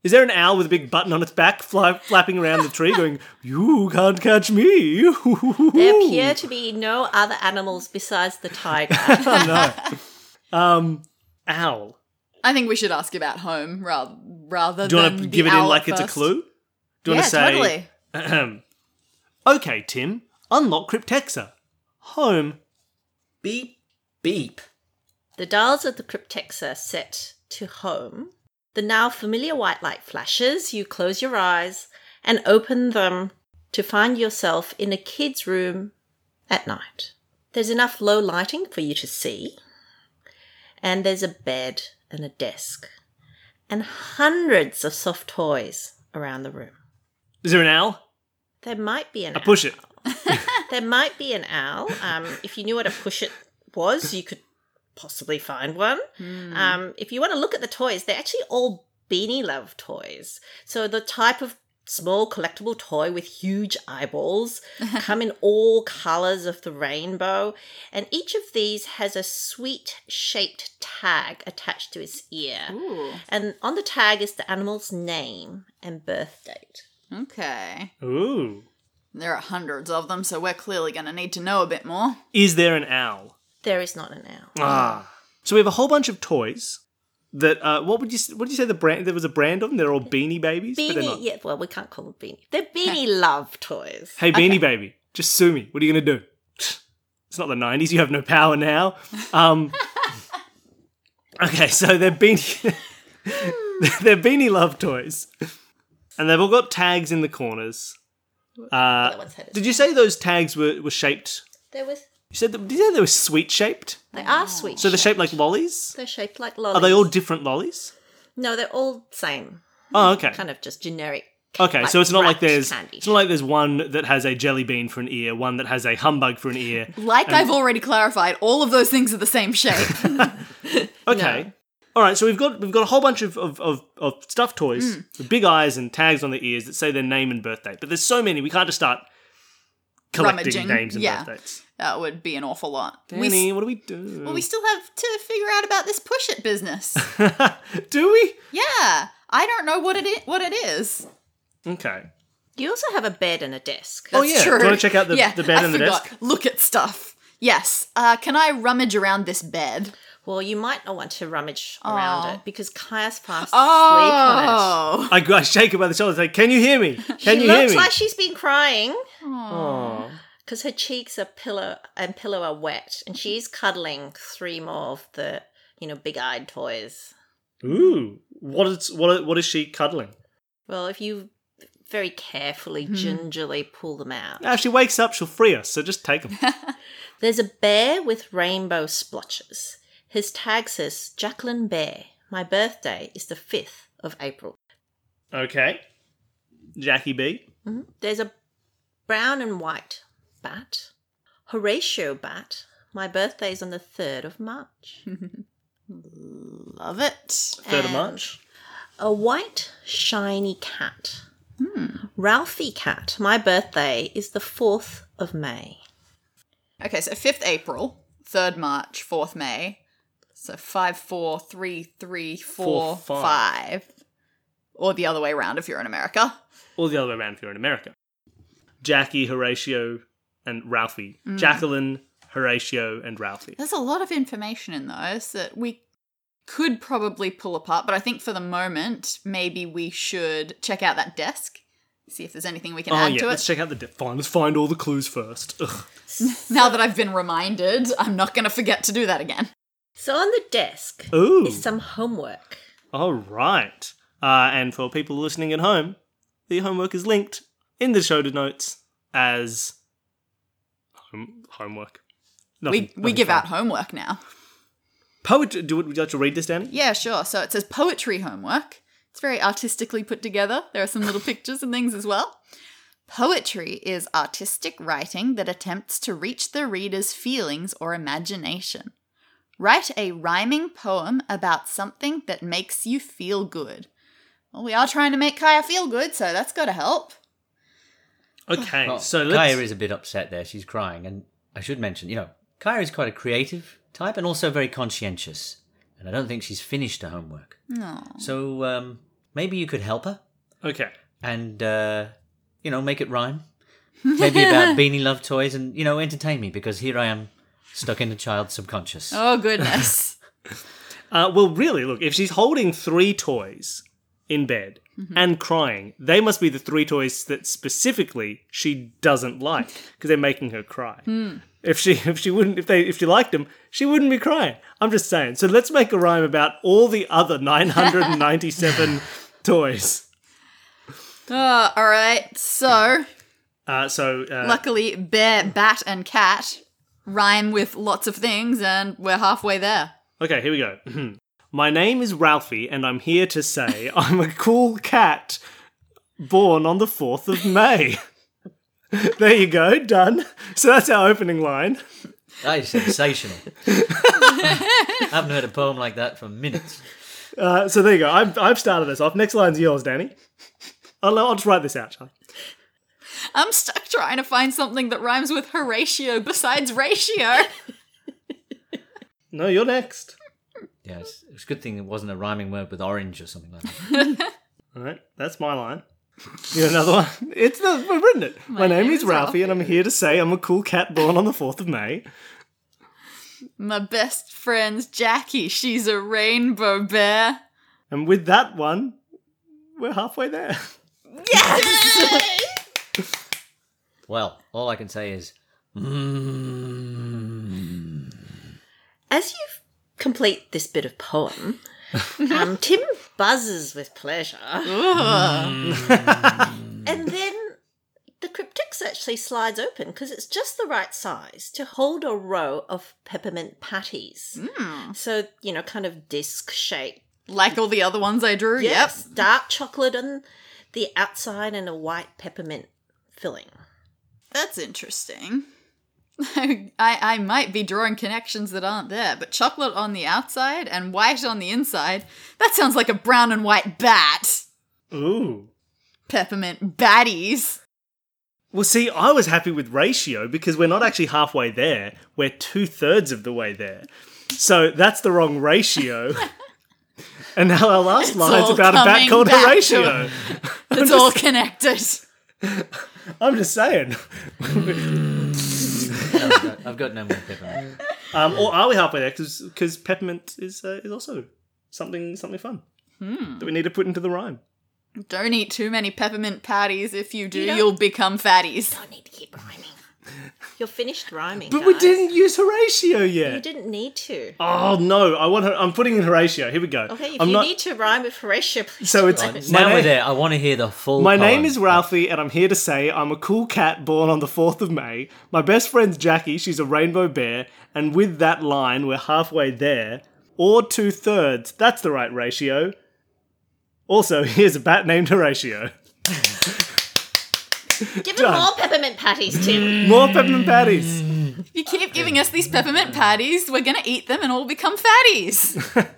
S1: Is there an owl with a big button on its back, fly, flapping around the tree, going, "You can't catch me."
S3: There appear to be no other animals besides the tiger.
S1: Oh, Um, owl.
S2: I think we should ask about home rather rather
S1: Do you
S2: than
S1: want to
S2: the
S1: give it in
S2: owl
S1: like
S2: at
S1: it's a
S2: first.
S1: clue? Do you
S2: yeah,
S1: want to say,
S2: totally.
S1: okay, Tim, unlock Cryptexa. Home.
S4: Beep, beep.
S3: The dials of the cryptexa are set to home. The now familiar white light flashes. You close your eyes and open them to find yourself in a kid's room at night. There's enough low lighting for you to see, and there's a bed and a desk, and hundreds of soft toys around the room.
S1: Is there an owl?
S3: There might be an
S1: I push it.
S3: there might be an owl. Um, if you knew what a push it was, you could possibly find one. Um, if you want to look at the toys, they're actually all Beanie Love toys. So the type of small collectible toy with huge eyeballs come in all colors of the rainbow and each of these has a sweet shaped tag attached to its ear
S2: Ooh.
S3: and on the tag is the animal's name and birth date
S2: Okay.
S6: Ooh.
S2: There are hundreds of them, so we're clearly going to need to know a bit more.
S1: Is there an owl?
S3: there is not an owl
S1: Ah. So we have a whole bunch of toys that uh, what would you s- what did you say the brand there was a brand on them? They're all Beanie Babies, but they're
S3: Beanie,
S1: not.
S3: yeah, well, we can't call them beanie. They're beanie love toys.
S1: Hey Beanie Baby, just sue me. What are you gonna do? It's not the '90s. You have no power now. Um, okay, so they're beanie they're beanie love toys, and they've all got tags in the corners.
S3: That
S1: Uh,
S3: one's had a-
S1: did you say those tags were, were shaped?
S3: They're with,
S1: You said that, did you say they were sweet shaped?
S3: they are sweet.
S1: Ah. So they're shaped like lollies.
S3: They're shaped like lollies.
S1: Are they all different lollies?
S3: No, they're all same.
S1: Oh, okay.
S3: Kind of just generic.
S1: Okay, so
S3: like
S1: it's not like
S3: wrapped
S1: there's
S3: candy.
S1: it's not like there's one that has a jelly bean for an ear, one that has a humbug for an ear.
S2: Like I've already clarified, all of those things are the same shape.
S1: Okay. All right, so we've got we've got a whole bunch of of, of, of stuffed toys
S2: Mm.
S1: with big eyes and tags on their ears that say their name and birth date. But there's so many we can't just start collecting
S2: Rummaging,
S1: names and
S2: yeah.
S1: birth dates.
S2: that would be an awful lot. We,
S1: Danny,
S2: s-
S1: what do we do?
S2: well, we still have to figure out about this push it business.
S1: do we?
S2: yeah. I don't know what it i- what it is.
S1: Okay.
S3: You also have a bed and a desk.
S1: oh yeah. Do you want to check out the,
S2: yeah,
S1: the bed
S2: I
S1: and the
S2: forgot.
S1: desk?
S2: Look at stuff. Yes. Uh, can I rummage around this bed?
S3: Well, you might not want to rummage around
S2: Oh.
S3: it because Kaya's fast
S1: Oh.
S3: asleep on it.
S2: Oh.
S1: I, I shake her by the shoulders, like, can you hear me? Can
S3: She
S1: you hear
S3: looks
S1: me?
S3: like she's been crying because her cheeks are pillow and pillow are wet, and she's cuddling three more of the you know big-eyed toys.
S1: Ooh, what is what? What is she cuddling?
S3: Well, if you very carefully, gingerly pull them out,
S1: Now, if she wakes up, she'll free us. So just take them.
S3: there's a bear with rainbow splotches. His tag says Jacqueline Bear. My birthday is the fifth of April.
S1: okay, Jackie B.
S3: Mm-hmm. There's a brown and white bat, Horatio bat. My birthday is on the third of March.
S2: Love it.
S1: Third of
S3: And
S1: March.
S3: A white, shiny cat. Ralphie cat. My birthday is the 4th of May.
S2: Okay, so 5th April, 3rd March, 4th May. So 5, 4, 3, 3,
S1: Four,
S2: 4,
S1: five.
S2: 5. Or the other way around if you're in America.
S1: Or the other way around if you're in America. Jackie, Horatio, and Ralphie.
S2: Mm.
S1: Jacqueline, Horatio, and Ralphie.
S2: There's a lot of information in those that we could probably pull apart, but I think for the moment, maybe we should check out that desk, see if there's anything we can
S1: Oh
S2: add
S1: yeah,
S2: to it.
S1: let's check out the di- fine. Let's find all the clues first. Ugh.
S2: now that I've been reminded, I'm not going to forget to do that again.
S3: So on the desk
S1: Ooh.
S3: is some homework.
S1: All right. Uh, and for people listening at home, the homework is linked in the show notes as home- homework. Nothing-
S2: We, we
S1: nothing
S2: give
S1: fun.
S2: out homework now.
S1: Poetry. Do, would you like to read this, Danny?
S2: Yeah, sure. So it says poetry homework. It's very artistically put together. There are some little pictures and things as well. Poetry is artistic writing that attempts to reach the reader's feelings or imagination. Write a rhyming poem about something that makes you feel good. Well, we are trying to make Kaya feel good, so that's got to help.
S1: Okay.
S4: Well,
S1: so let's.
S4: Kaya Oh, is a bit upset there. She's crying, and I should mention, you know, Kaya is quite a creative type and also very conscientious. And I don't think she's finished her homework. So um, maybe you could help her
S1: okay.
S4: and uh, you know make it rhyme. Maybe about beanie love toys, and you know entertain me because here I am stuck in a child's subconscious.
S2: Oh, goodness.
S1: Uh, well, really, look, if she's holding three toys in bed and crying, they must be the three toys that specifically she doesn't like because they're making her cry. If she if she wouldn't if they if she liked them, she wouldn't be crying. I'm just saying. So let's make a rhyme about all the other 997 toys.
S2: Uh, all right. So,
S1: Uh, so uh,
S2: luckily, bear, bat, and cat rhyme with lots of things, and we're halfway there.
S1: Okay, here we go. My name is Ralphie, and I'm here to say I'm a cool cat born on the 4th of May. there you go, done. So that's our opening line.
S4: That is sensational. I haven't heard a poem like that for minutes.
S1: Uh, so there you go. I've, I've started this off. Next line's yours, Danny. I'll, I'll just write this out, Charlie.
S2: I'm stuck trying to find something that rhymes with Horatio besides ratio.
S1: No, you're next.
S4: Yeah, it's, it's a good thing it wasn't a rhyming word with orange or something like that.
S1: All right, that's my line. You got another one? It's the, we've written it. My, name, is Ralphie, and I'm here to say I'm a cool cat born on the 4th of May.
S2: My best friend's Jackie. She's a rainbow bear.
S1: And with that one, we're halfway there.
S4: Well, all I can say is,
S3: As you complete this bit of poem, um, Tim buzzes with pleasure. and then the cryptix actually slides open because it's just the right size to hold a row of peppermint patties.
S1: Hmm.
S3: So, you know, kind of disc shape.
S2: Like all the other ones I drew.
S3: Yes, dark chocolate on the outside and a white peppermint filling.
S2: That's interesting. I, I might be drawing connections that aren't there, but chocolate on the outside and white on the inside. That sounds like a brown and white bat.
S1: Ooh.
S2: Peppermint baddies.
S1: Well, see, I was happy with ratio because we're not actually halfway there. We're two thirds of the way there. So that's the wrong ratio. and now our last line's
S2: all
S1: about a bat
S2: coming
S1: called
S2: back to-
S1: Horatio.
S2: It's all connected.
S1: I'm just saying.
S4: I've got, I've got no more peppermint.
S1: Um, or are we halfway there? Because peppermint is uh, is also something something fun
S3: Hmm.
S1: that we need to put into the rhyme.
S2: Don't eat too many peppermint patties. If you do, you will become fatties.
S3: I need to keep rhyming. You're finished rhyming.
S1: But we
S3: guys.
S1: didn't use Horatio
S3: You
S1: yet.
S3: didn't need to.
S1: Oh no! I want. Her- I'm putting in Horatio. Here we go.
S3: Okay, if
S1: I'm
S3: you
S1: not-
S3: need to rhyme with Horatio, please.
S1: So it's
S3: rhyme.
S1: my
S4: now
S1: name-
S4: we're there. I want to hear the full.
S1: My
S4: poem.
S1: name is Ralphie, and I'm here to say I'm a cool cat born on the 4th of May. My best friend's Jackie, she's a rainbow bear, and with that line, we're halfway there. Or two thirds, that's the right ratio. Also, here's a bat named Horatio.
S3: Give him more peppermint patties, Tim.
S1: More peppermint patties.
S2: If you keep giving us these peppermint patties, we're gonna eat them and all become fatties.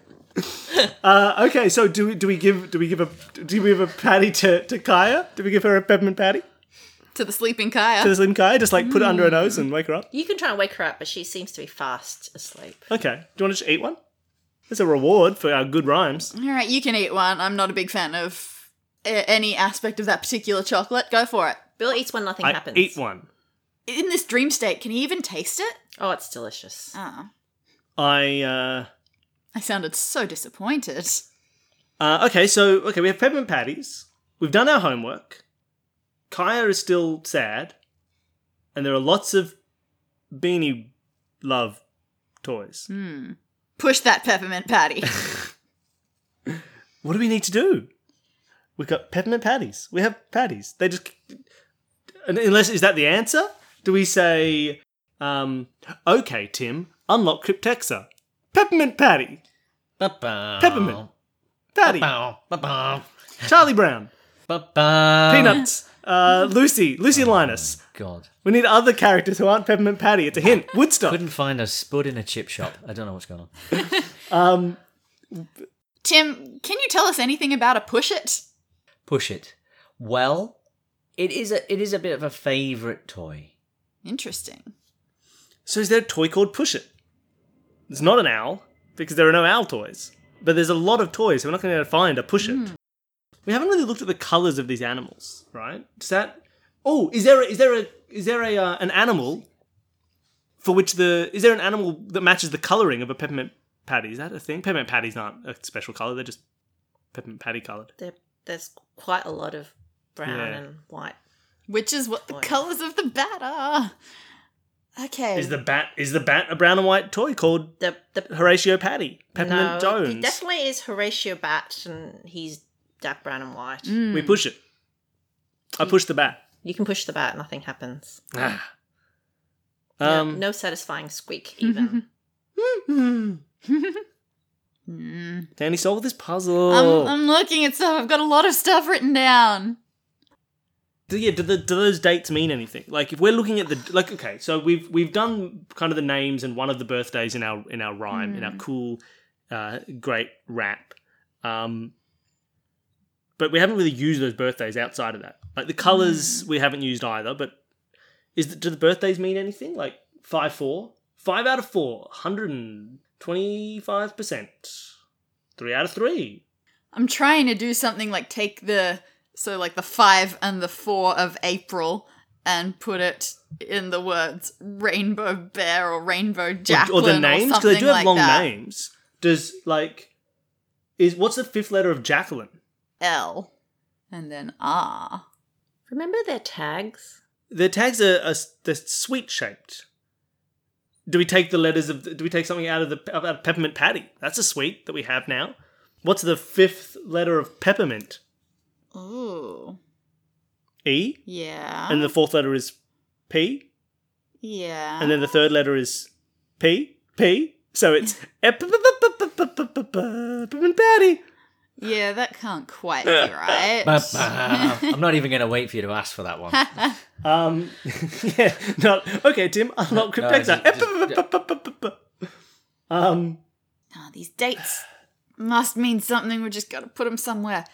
S1: Uh, okay, so do we, do we give do we give a do we give a patty to, to Kaya? Do we give her a peppermint patty?
S2: to the sleeping Kaya.
S1: To Slim Kaya, just like put it under her nose and wake her up.
S3: you can try and wake her up, but she seems to be fast asleep.
S1: Okay, do you want to just eat one? It's a reward for our good rhymes.
S2: All right, you can eat one. I'm not a big fan of a- any aspect of that particular chocolate. Go for it.
S3: Bill eats one, nothing
S1: I
S3: happens.
S1: eat one.
S2: In this dream state, can he even taste it?
S3: Oh, it's delicious.
S2: Oh,
S1: I uh,
S2: I sounded so disappointed.
S1: Uh, okay, so okay, we have peppermint patties. We've done our homework. Kaya is still sad, and there are lots of beanie love toys.
S2: Push that peppermint patty.
S1: What do we need to do? We've got peppermint patties. We have patties. They just un- unless is that the answer? Do we say, um, okay, Tim, unlock Cryptexa, peppermint patty,
S4: Ba-bow.
S1: Peppermint. patty,
S4: Ba-bow. Ba-bow.
S1: Charlie Brown,
S4: Ba-bow.
S1: peanuts, uh, Lucy, Lucy and Linus.
S4: God.
S1: We need other characters who aren't Peppermint Patty. It's a hint. Woodstock.
S4: Couldn't find a spud in a chip shop. I don't know what's going on.
S1: Um,
S2: Tim, can you tell us anything about a push it?
S4: Push it. Well, it is a it is a bit of a favourite toy.
S2: Interesting.
S1: so is there a toy called Push It? It's not an owl because there are no owl toys, but there's a lot of toys. So we're not going to find a Push It. We haven't really looked at the colors of these animals, right? Is that? Oh, is there a, is there a is there a uh, an animal for which the is there an animal that matches the coloring of a peppermint patty? Is that a thing? Peppermint patties aren't a special color; they're just peppermint patty colored.
S3: There, there's quite a lot of brown
S1: Yeah.
S3: and white.
S2: Which is what the
S3: Toy.
S2: colors of the bat are. Okay.
S1: Is the bat is the bat a brown and white toy called
S3: The the
S1: Horatio Patty,
S3: no,
S1: Peppermint
S3: he
S1: Jones.
S3: definitely is Horatio Bat, and he's dark brown and white.
S1: We push it. I
S3: Hmm.
S1: push the bat.
S3: You can push the bat, nothing happens.
S1: Ah.
S3: No-
S1: Um,
S3: no satisfying squeak even.
S1: Danny
S3: Um,
S1: solved this puzzle.
S2: I'm, I'm looking at stuff. I've got a lot of stuff written down.
S1: Do, yeah, do, the, do those dates mean anything? Like, if we're looking at the like, okay, so we've we've done kind of the names and one of the birthdays in our in our rhyme in our cool, uh, great rap, um, but we haven't really used those birthdays outside of that. Like the colors we haven't used either. But is the, do the birthdays mean anything? Like five four, five out of four, hundred and twenty five percent, three out of three.
S2: I'm trying to do something like take the so like the five and the four of April and put it in the words rainbow bear or rainbow
S1: or
S2: Jacqueline
S1: the names
S2: something
S1: they do have
S2: like
S1: long
S2: that.
S1: names. Does like is what's the fifth letter of Jacqueline?
S2: L and then R.
S3: Remember their tags?
S1: Their tags are, are they're sweet shaped. Do we take the letters of? Do we take something out of the out of peppermint patty? That's a sweet that we have now. What's the fifth letter of peppermint?
S2: Ooh.
S1: E,
S2: Yeah.
S1: and the fourth letter is P,
S2: yeah.
S1: and then the third letter is P P. So it's ep- p- p- p- p- p- p- p- peppermint patty.
S2: yeah, that can't quite be right.
S4: I'm not even going to wait for you to ask for that one.
S1: Um, yeah, not okay, Tim. Unlock
S4: No,
S1: cryptexa.
S4: just- just-
S1: Um,
S2: Ah, these dates must mean something. We just got to put them somewhere.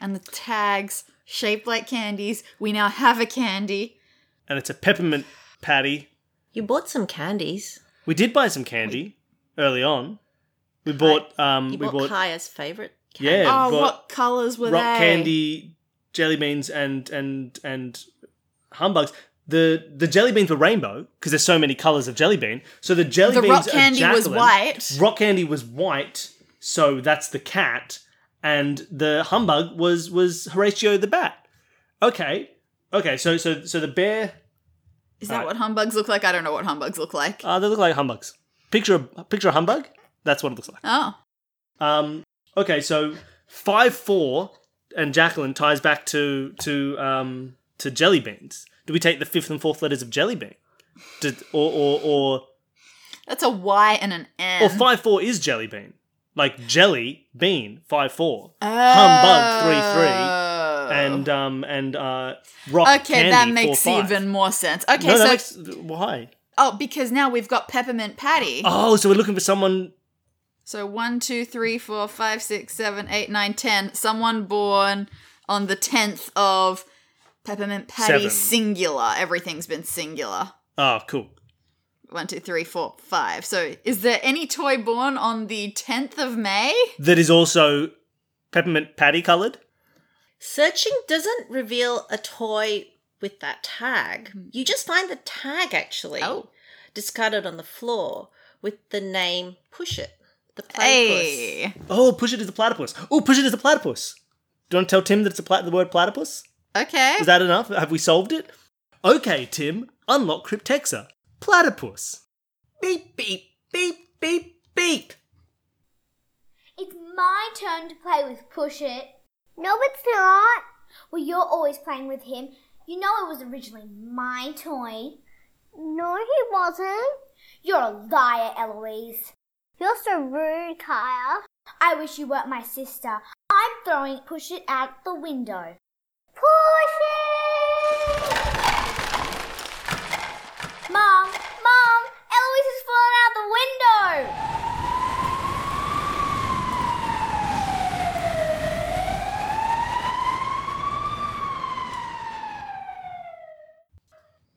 S2: And the tags shaped like candies. We now have a candy.
S1: and it's a peppermint patty.
S3: You bought some candies.
S1: We did buy some candy early on. We bought um,
S3: You
S1: we
S3: bought
S1: bought
S3: Kaya's favorite candy.
S1: yeah,
S2: oh,
S1: we bought
S2: what colors were
S1: rock
S2: they?
S1: candy, jelly beans, and and and humbugs. The the jelly beans were rainbow because there's so many colors of jelly bean. So the jelly
S2: The
S1: beans
S2: rock
S1: of
S2: candy was
S1: Jacqueline-
S2: white.
S1: Rock candy was white, so that's the cat, and the humbug was was Horatio the bat. Okay, okay. So so so the bear.
S2: Is that what humbugs look like? I don't know what humbugs look like.
S1: Uh, they look like humbugs. Picture a picture a humbug. That's what it looks like.
S2: oh.
S1: Um, okay, so five four and Jacqueline ties back to to um, to jelly beans. Do we take the fifth and fourth letters of jelly bean? Did, or or or
S2: That's a Y and an N.
S1: or five four is jelly bean, like jelly bean five four
S2: Oh.
S1: humbug three three and um and uh rock
S2: Okay,
S1: candy,
S2: that makes
S1: four, five.
S2: even more sense. Okay,
S1: no,
S2: so
S1: that makes why
S2: oh, because now we've got peppermint patty.
S1: oh so we're looking for someone
S2: So one, two, three, four, five, six, seven, eight, nine, ten. Someone born on the tenth of Peppermint Patty
S1: Seven.
S2: singular. Everything's been singular.
S1: oh cool
S2: One, two, three, four, five. So is there any toy born on the tenth of May?
S1: that is also peppermint patty colored
S3: Searching doesn't reveal a toy with that tag. You just find the tag actually
S2: Hmm. Oh.
S3: discarded on the floor with the name Push It. The platypus.
S2: Hey.
S1: Oh, push it is a platypus. Oh, push it is a platypus. Do you want to tell Tim that it's a plat- the word platypus?
S2: Okay.
S4: Eh.
S1: Is that enough? Have we solved it? Okay, Tim, unlock Cryptexa. Platypus.
S4: beep, beep, beep, beep, beep.
S5: It's my turn to play with Push It. No, it's not. Well, you're always playing with him. You know it was originally my toy. No, he wasn't. You're a liar, Eloise. You're so rude, Kaya. I wish you weren't my sister. I'm throwing Push It out the window. Push It! Mom! Mom! Eloise has fallen out the window!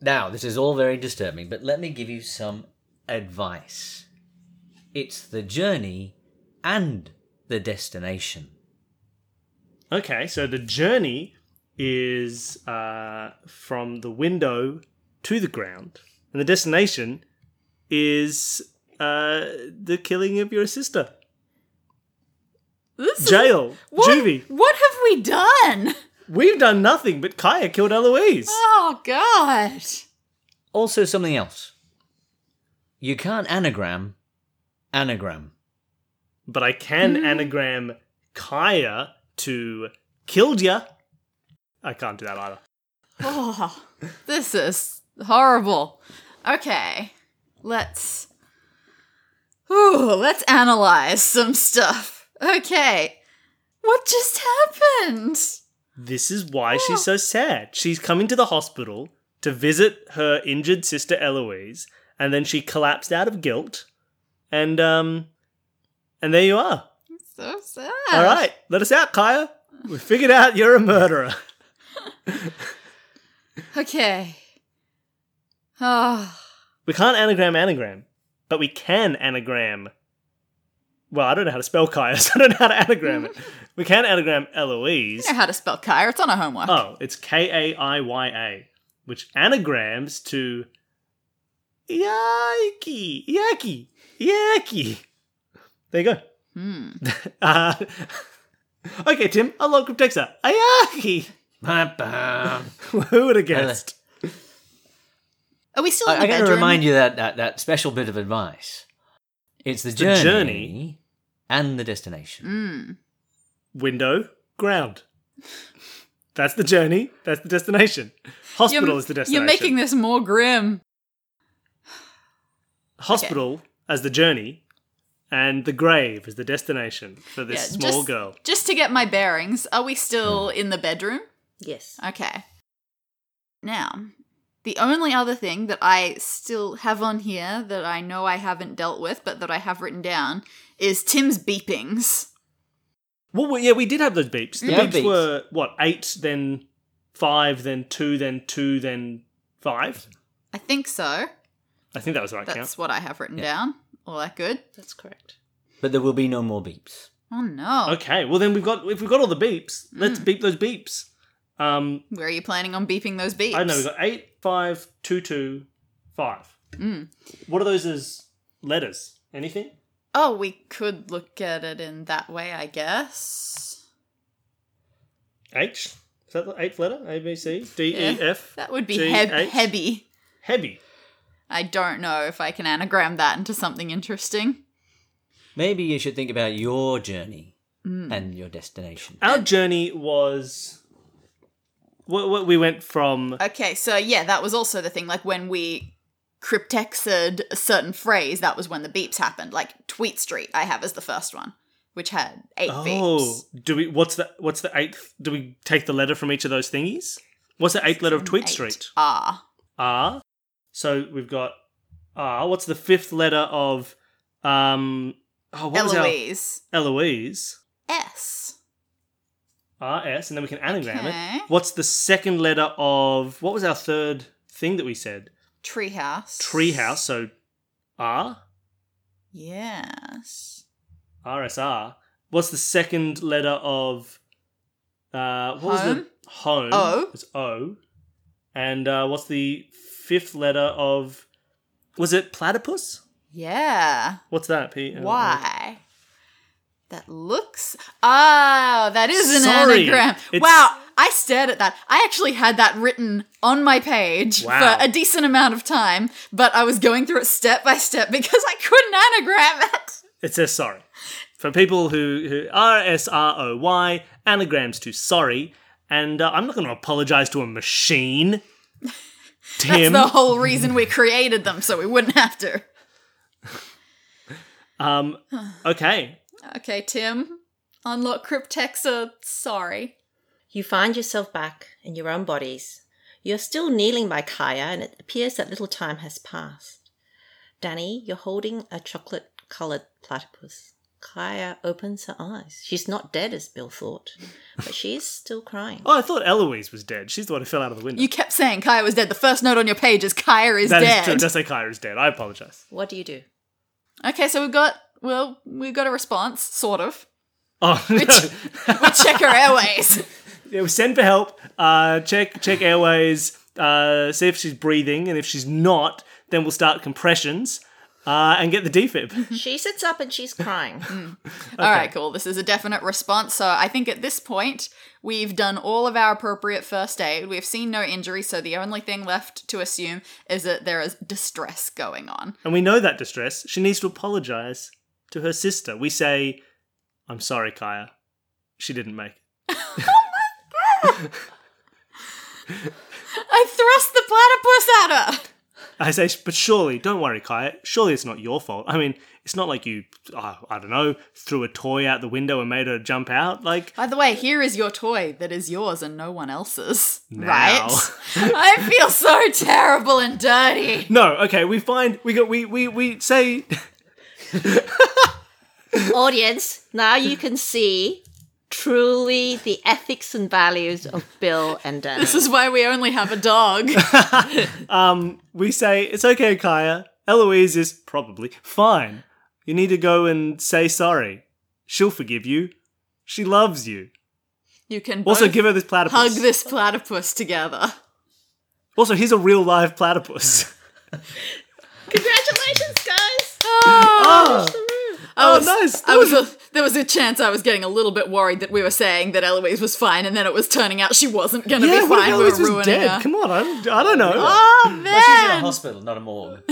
S4: Now, this is all very disturbing, but let me give you some advice. It's the journey and the destination.
S1: Okay, so the journey is uh, from the window to the ground, and the destination is uh, the killing of your sister.
S2: This is-
S1: Jail.
S2: what,
S1: Juvie.
S2: What have we done?
S1: We've done nothing, but Kaya killed Eloise.
S2: Oh God.
S4: Also, something else. You can't anagram anagram.
S1: But I can anagram Kaya to killed ya. I can't do that either.
S2: Oh, this is horrible. Okay, let's. Ooh, let's analyze some stuff. Okay, what just happened?
S1: This is why she's so sad. She's coming to the hospital to visit her injured sister Eloise, and then she collapsed out of guilt. And um and there you are.
S2: So sad.
S1: All right, let us out, Kaya. We figured out you're a murderer.
S2: Okay. Oh,
S1: We can't anagram anagram, but we can anagram. Well, I don't know how to spell Kaya, so I don't know how to anagram it. We can anagram Eloise.
S2: you know how to spell Kaya. It's on our homework.
S1: Oh, it's K A I Y A, which anagrams to Yaki, Yaki, Yaki. There you go.
S2: Hmm.
S1: Uh, okay, Tim, unlock group text that. Ayaki!
S4: Ba-ba.
S1: Who would have guessed?
S2: Are we still in the
S4: I, I got to
S2: bedroom?
S4: remind you that, that that special bit of advice. It's the
S1: the
S4: journey,
S1: journey.
S4: and the destination.
S1: window, ground. That's the journey. That's the destination. Hospital is the destination.
S2: You're making this more grim.
S1: hospital as the journey, and the grave is the destination for this
S2: Yeah,
S1: small
S2: just,
S1: girl. Hmm.
S2: Just to get my bearings, are we still in the bedroom?
S3: Yes.
S2: Okay. Now, the only other thing that I still have on here that I know I haven't dealt with, but that I have written down, is Tim's beepings.
S1: Well, we- yeah, we did have those beeps. The
S4: Yeah,
S1: beeps,
S4: beeps.
S1: were what eight, then five, then two, then two, then five.
S2: I think so.
S1: I think that was the right
S2: That's
S1: count.
S2: what I have written down. All that good.
S3: That's correct.
S4: But there will be no more beeps.
S2: Oh no.
S1: Okay. Well, then we've got if we've got all the beeps,
S2: Mm.
S1: let's beep those beeps. Um,
S2: Where are you planning on beeping those beeps?
S1: I don't know. We've got eight, five, two, two, five.
S2: Mm.
S1: What are those as letters? Anything?
S2: Oh, we could look at it in that way, I guess.
S1: H. Is that the eighth letter? A B C D E F.
S2: Yeah. That would be
S1: G,
S2: heb-
S1: H.
S2: heavy.
S1: Hebby.
S2: I don't know if I can anagram that into something interesting.
S4: Maybe you should think about your journey
S1: Mm.
S4: and your destination.
S1: Our journey was. What, what we went from.
S2: Okay, so yeah, that was also the thing. Like when we cryptexed a certain phrase, that was when the beeps happened. Like Tweet Street, I have as the first one, which had eight
S1: Oh,
S2: beeps.
S1: do we? What's the what's the eighth? Do we take the letter from each of those thingies? What's the eighth letter of Tweet
S2: Eight.
S1: Street?
S2: Ah.
S1: R. So we've got R. What's the fifth letter of? Um. Oh, what
S2: Eloise.
S1: was our Eloise?
S2: S.
S1: R S, and then we can anagram
S2: Okay.
S1: it. What's the second letter of? What was our third thing that we said?
S2: Treehouse.
S1: Treehouse. So R.
S2: Yes.
S1: RSR. What's the second letter of uh what was
S2: Home?
S1: the home?
S2: O.
S1: It's O. And uh what's the fifth letter of was it platypus?
S2: Yeah.
S1: What's that, uh, Pete?
S2: Why? That looks. Oh, that is an
S1: Sorry,
S2: anagram.
S1: it's-
S2: Wow. I stared at that. I actually had that written on my page
S1: Wow.
S2: for a decent amount of time, but I was going through it step by step because I couldn't anagram it.
S1: It says sorry. For people who, who R S R O Y, anagrams to sorry, and uh, I'm not gonna apologize to a machine. Tim.
S2: That's the whole reason we created them, so we wouldn't have to.
S1: um okay.
S2: Okay, Tim. Unlock Cryptexa. Sorry.
S3: You find yourself back in your own bodies. You're still kneeling by Kaya, and it appears that little time has passed. Danny, you're holding a chocolate coloured platypus. Kaya opens her eyes. She's not dead, as Bill thought, but she is still crying.
S1: Oh, I thought Eloise was dead. She's the one who fell out of the window.
S2: You kept saying Kaya was dead. The first note on your page is Kaya is
S1: That is
S2: dead.
S1: true. Just say Kyra is dead. I apologize.
S3: What do you do?
S2: Okay, so we've got well, we've got a response, sort of.
S1: Oh, no.
S2: We check her airways.
S1: Yeah, we send for help. Uh, check check airways. Uh, see if she's breathing, and if she's not, then we'll start compressions uh, and get the defib.
S3: She sits up and she's crying.
S2: All right, cool. This is a definite response. So I think at this point we've done all of our appropriate first aid. We've seen no injury, so the only thing left to assume is that there is distress going on.
S1: and we know that distress. She needs to apologise to her sister. We say, "I'm sorry, Kaya. She didn't make." it."
S2: I thrust the platypus at her.
S1: I say, but surely, don't worry, Kaya. Surely it's not your fault. I mean, it's not like you, oh, I don't know, threw a toy out the window and made her jump out. Like,
S2: By the way, here is your toy that is yours and no one else's.
S1: Now.
S2: Right? I feel so terrible and dirty.
S1: no, okay, we find, we got, we, we, we say,
S3: Audience, now you can see truly the ethics and values of Bill and Dennis.
S2: This is why we only have a dog.
S1: we say, it's okay, Kaya. Eloise is probably fine. You need to go and say sorry. She'll forgive you. She loves you.
S2: You can
S1: Also,
S2: both
S1: give her this platypus.
S2: hug this platypus together.
S1: Also, he's a real live platypus.
S3: Congratulations, guys!
S1: Oh,
S2: I was,
S1: nice. That
S2: I was a, there was a chance I was getting a little bit worried that we were saying that Eloise was fine, and then it was turning out she wasn't going to
S1: yeah,
S2: be
S1: what if
S2: fine. We
S1: Eloise
S2: were
S1: was
S2: ruining
S1: dead?
S2: her.
S1: Come on, I don't, I don't know.
S2: Oh
S4: Well, she's in a
S2: man!
S4: hospital, not a morgue.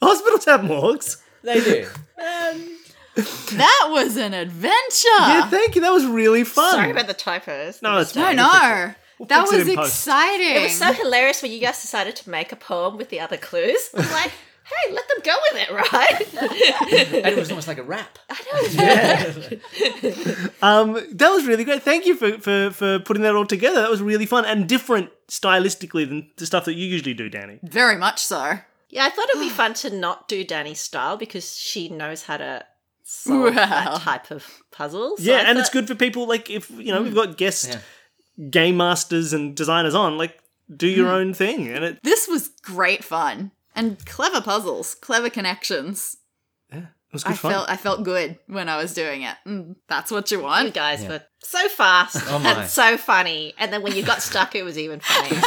S1: Hospitals have morgues.
S4: They do.
S2: That was an adventure.
S1: Yeah, thank you. That was really fun.
S3: Sorry about the typos.
S1: no, it's
S2: no,
S1: fine.
S2: no. that
S1: fix it
S2: was
S1: in post.
S2: exciting.
S3: It was so hilarious when you guys decided to make a poem with the other clues. I'm like, hey, let them go with it, right?
S4: And it was almost like a rap.
S1: Um, that was really great. Thank you for, for for putting that all together. That was really fun and different stylistically than the stuff that you usually do, Danny.
S2: Very much so.
S3: yeah, I thought it'd be fun to not do Danny's style because she knows how to
S2: Wow.
S3: solve that type of puzzle. So
S1: yeah,
S3: I
S1: and it's
S3: thought-
S1: good for people like if you know we've got guest game masters and designers on, like do your own thing, and it
S2: This was great fun and clever puzzles, clever connections.
S1: it was good
S2: I
S1: fun.
S2: felt I felt good when I was doing it. Mm, that's what you
S3: You
S2: want.
S3: guys were so fast
S4: Oh my.
S3: and so funny. And then when you got stuck, it was even funnier.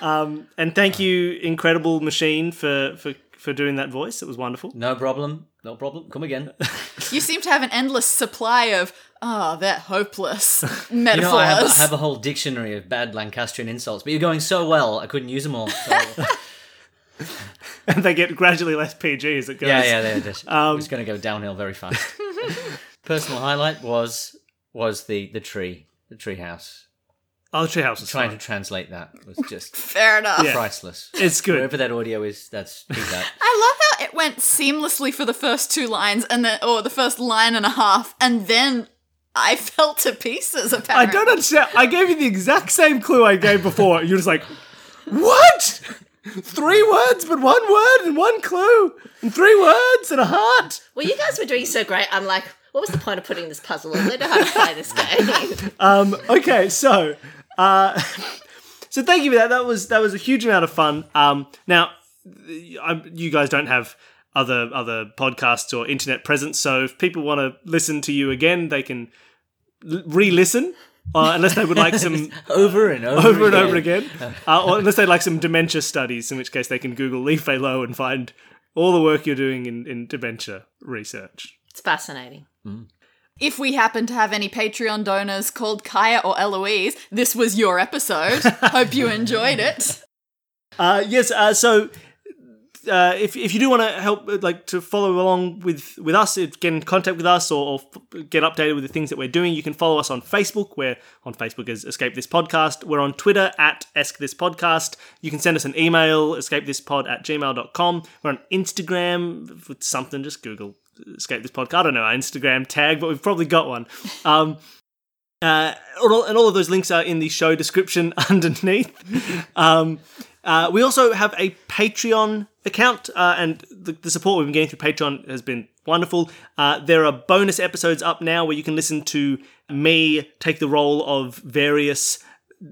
S1: Um, and thank you, incredible machine, for for for doing that voice. It was wonderful.
S4: No problem. No problem. Come again.
S2: You seem to have an endless supply of oh, they're hopeless metaphors.
S4: You know, I have, I have a whole dictionary of bad Lancastrian insults, but you're going so well, I couldn't use them all. So.
S1: And they get gradually less PG as it goes.
S4: yeah, yeah, they're just,
S1: Um,
S4: it's going to go downhill very fast. Personal highlight was was the the tree, the tree house.
S1: Oh, the treehouse was
S4: Trying
S1: fun.
S4: to translate that was just
S2: Fair enough.
S1: Yeah.
S4: priceless.
S1: It's good.
S4: Wherever that audio is, that's do that.
S2: I love how it went seamlessly for the first two lines and then or the first line and a half, and then I fell to pieces
S1: I
S2: apparently.
S1: don't understand. I gave you the exact same clue I gave before. You're just like, what? Three words, but one word and one clue, and three words and a heart.
S3: well, you guys were doing so great. I'm like, what was the point of putting this puzzle in? They know how to play this game.
S1: Um, okay, so, uh, so thank you for that. That was that was a huge amount of fun. Um, now, I, you guys don't have other other podcasts or internet presence, so if people want to listen to you again, they can l- re-listen, uh, unless they would like some
S4: Over and over,
S1: over and over again. Uh, or unless they like some dementia studies, in which case they can Google Lee Fei Lo and find all the work you're doing in, in dementia research.
S3: It's fascinating.
S2: If we happen to have any Patreon donors called Kaya or Eloise, this was your episode. Hope you enjoyed it.
S1: Uh, yes, uh, so. Uh, if, if you do want to help, uh, like to follow along with, with us, uh, get in contact with us or, or f- get updated with the things that we're doing, you can follow us on Facebook. We're on Facebook as Escape This Podcast. We're on Twitter at Esk This Podcast. You can send us an email, escapethispod at gmail.com. We're on Instagram with something, just Google escape this podcast. I don't know our Instagram tag, but we've probably got one. Um, uh, and all- and all of those links are in the show description underneath. Um, uh, we also have a Patreon account, uh, and the, the support we've been getting through Patreon has been wonderful. Uh, there are bonus episodes up now where you can listen to me take the role of various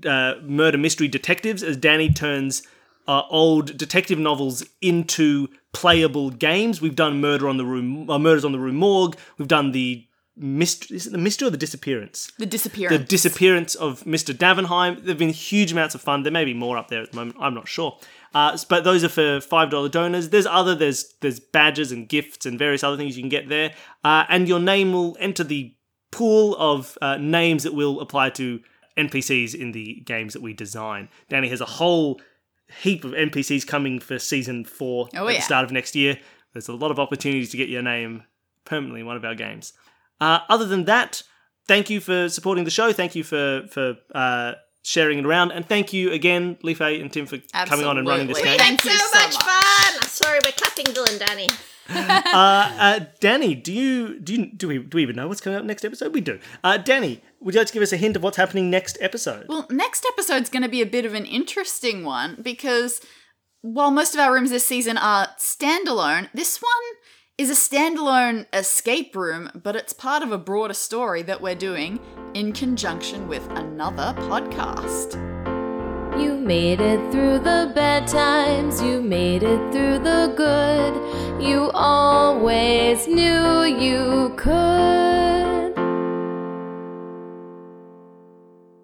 S1: uh, murder mystery detectives as Danny turns uh, old detective novels into playable games. We've done Murder on the Room, uh, Murders on the Rue Morgue. We've done the mystery. Is it the mystery or the disappearance?
S2: The
S1: The
S2: disappearance.
S1: disappearance of Mr. Davenheim. There've been huge amounts of fun. There may be more up there at the moment. I'm not sure. Uh, s- but those are for five dollar donors. There's other. There's there's badges and gifts and various other things you can get there. Uh, and your name will enter the pool of uh, names that will apply to NPCs in the games that we design. Danny has a whole heap of NPCs coming for season four
S2: Oh,
S1: at
S2: yeah.
S1: the start of next year. There's a lot of opportunities to get your name permanently in one of our games. Uh, other than that, thank you for supporting the show. Thank you for for uh, sharing it around. And thank you again, Leafy and Tim, for coming on and running this
S2: Absolutely.
S1: game.
S2: Thank
S3: so,
S2: you so
S3: much,
S2: much.
S3: fun. Sorry, we're clapping Bill and Danny.
S1: Uh, uh, Danny, do you do you, do we do we even know what's coming up next episode? We do. Uh, Danny, would you like to give us a hint of what's happening next episode?
S2: Well, next episode's going to be a bit of an interesting one because while most of our rooms this season are standalone, this one is a standalone escape room, but it's part of a broader story that we're doing in conjunction with another podcast.
S7: You made it through the bad times, you made it through the good. You always knew you could.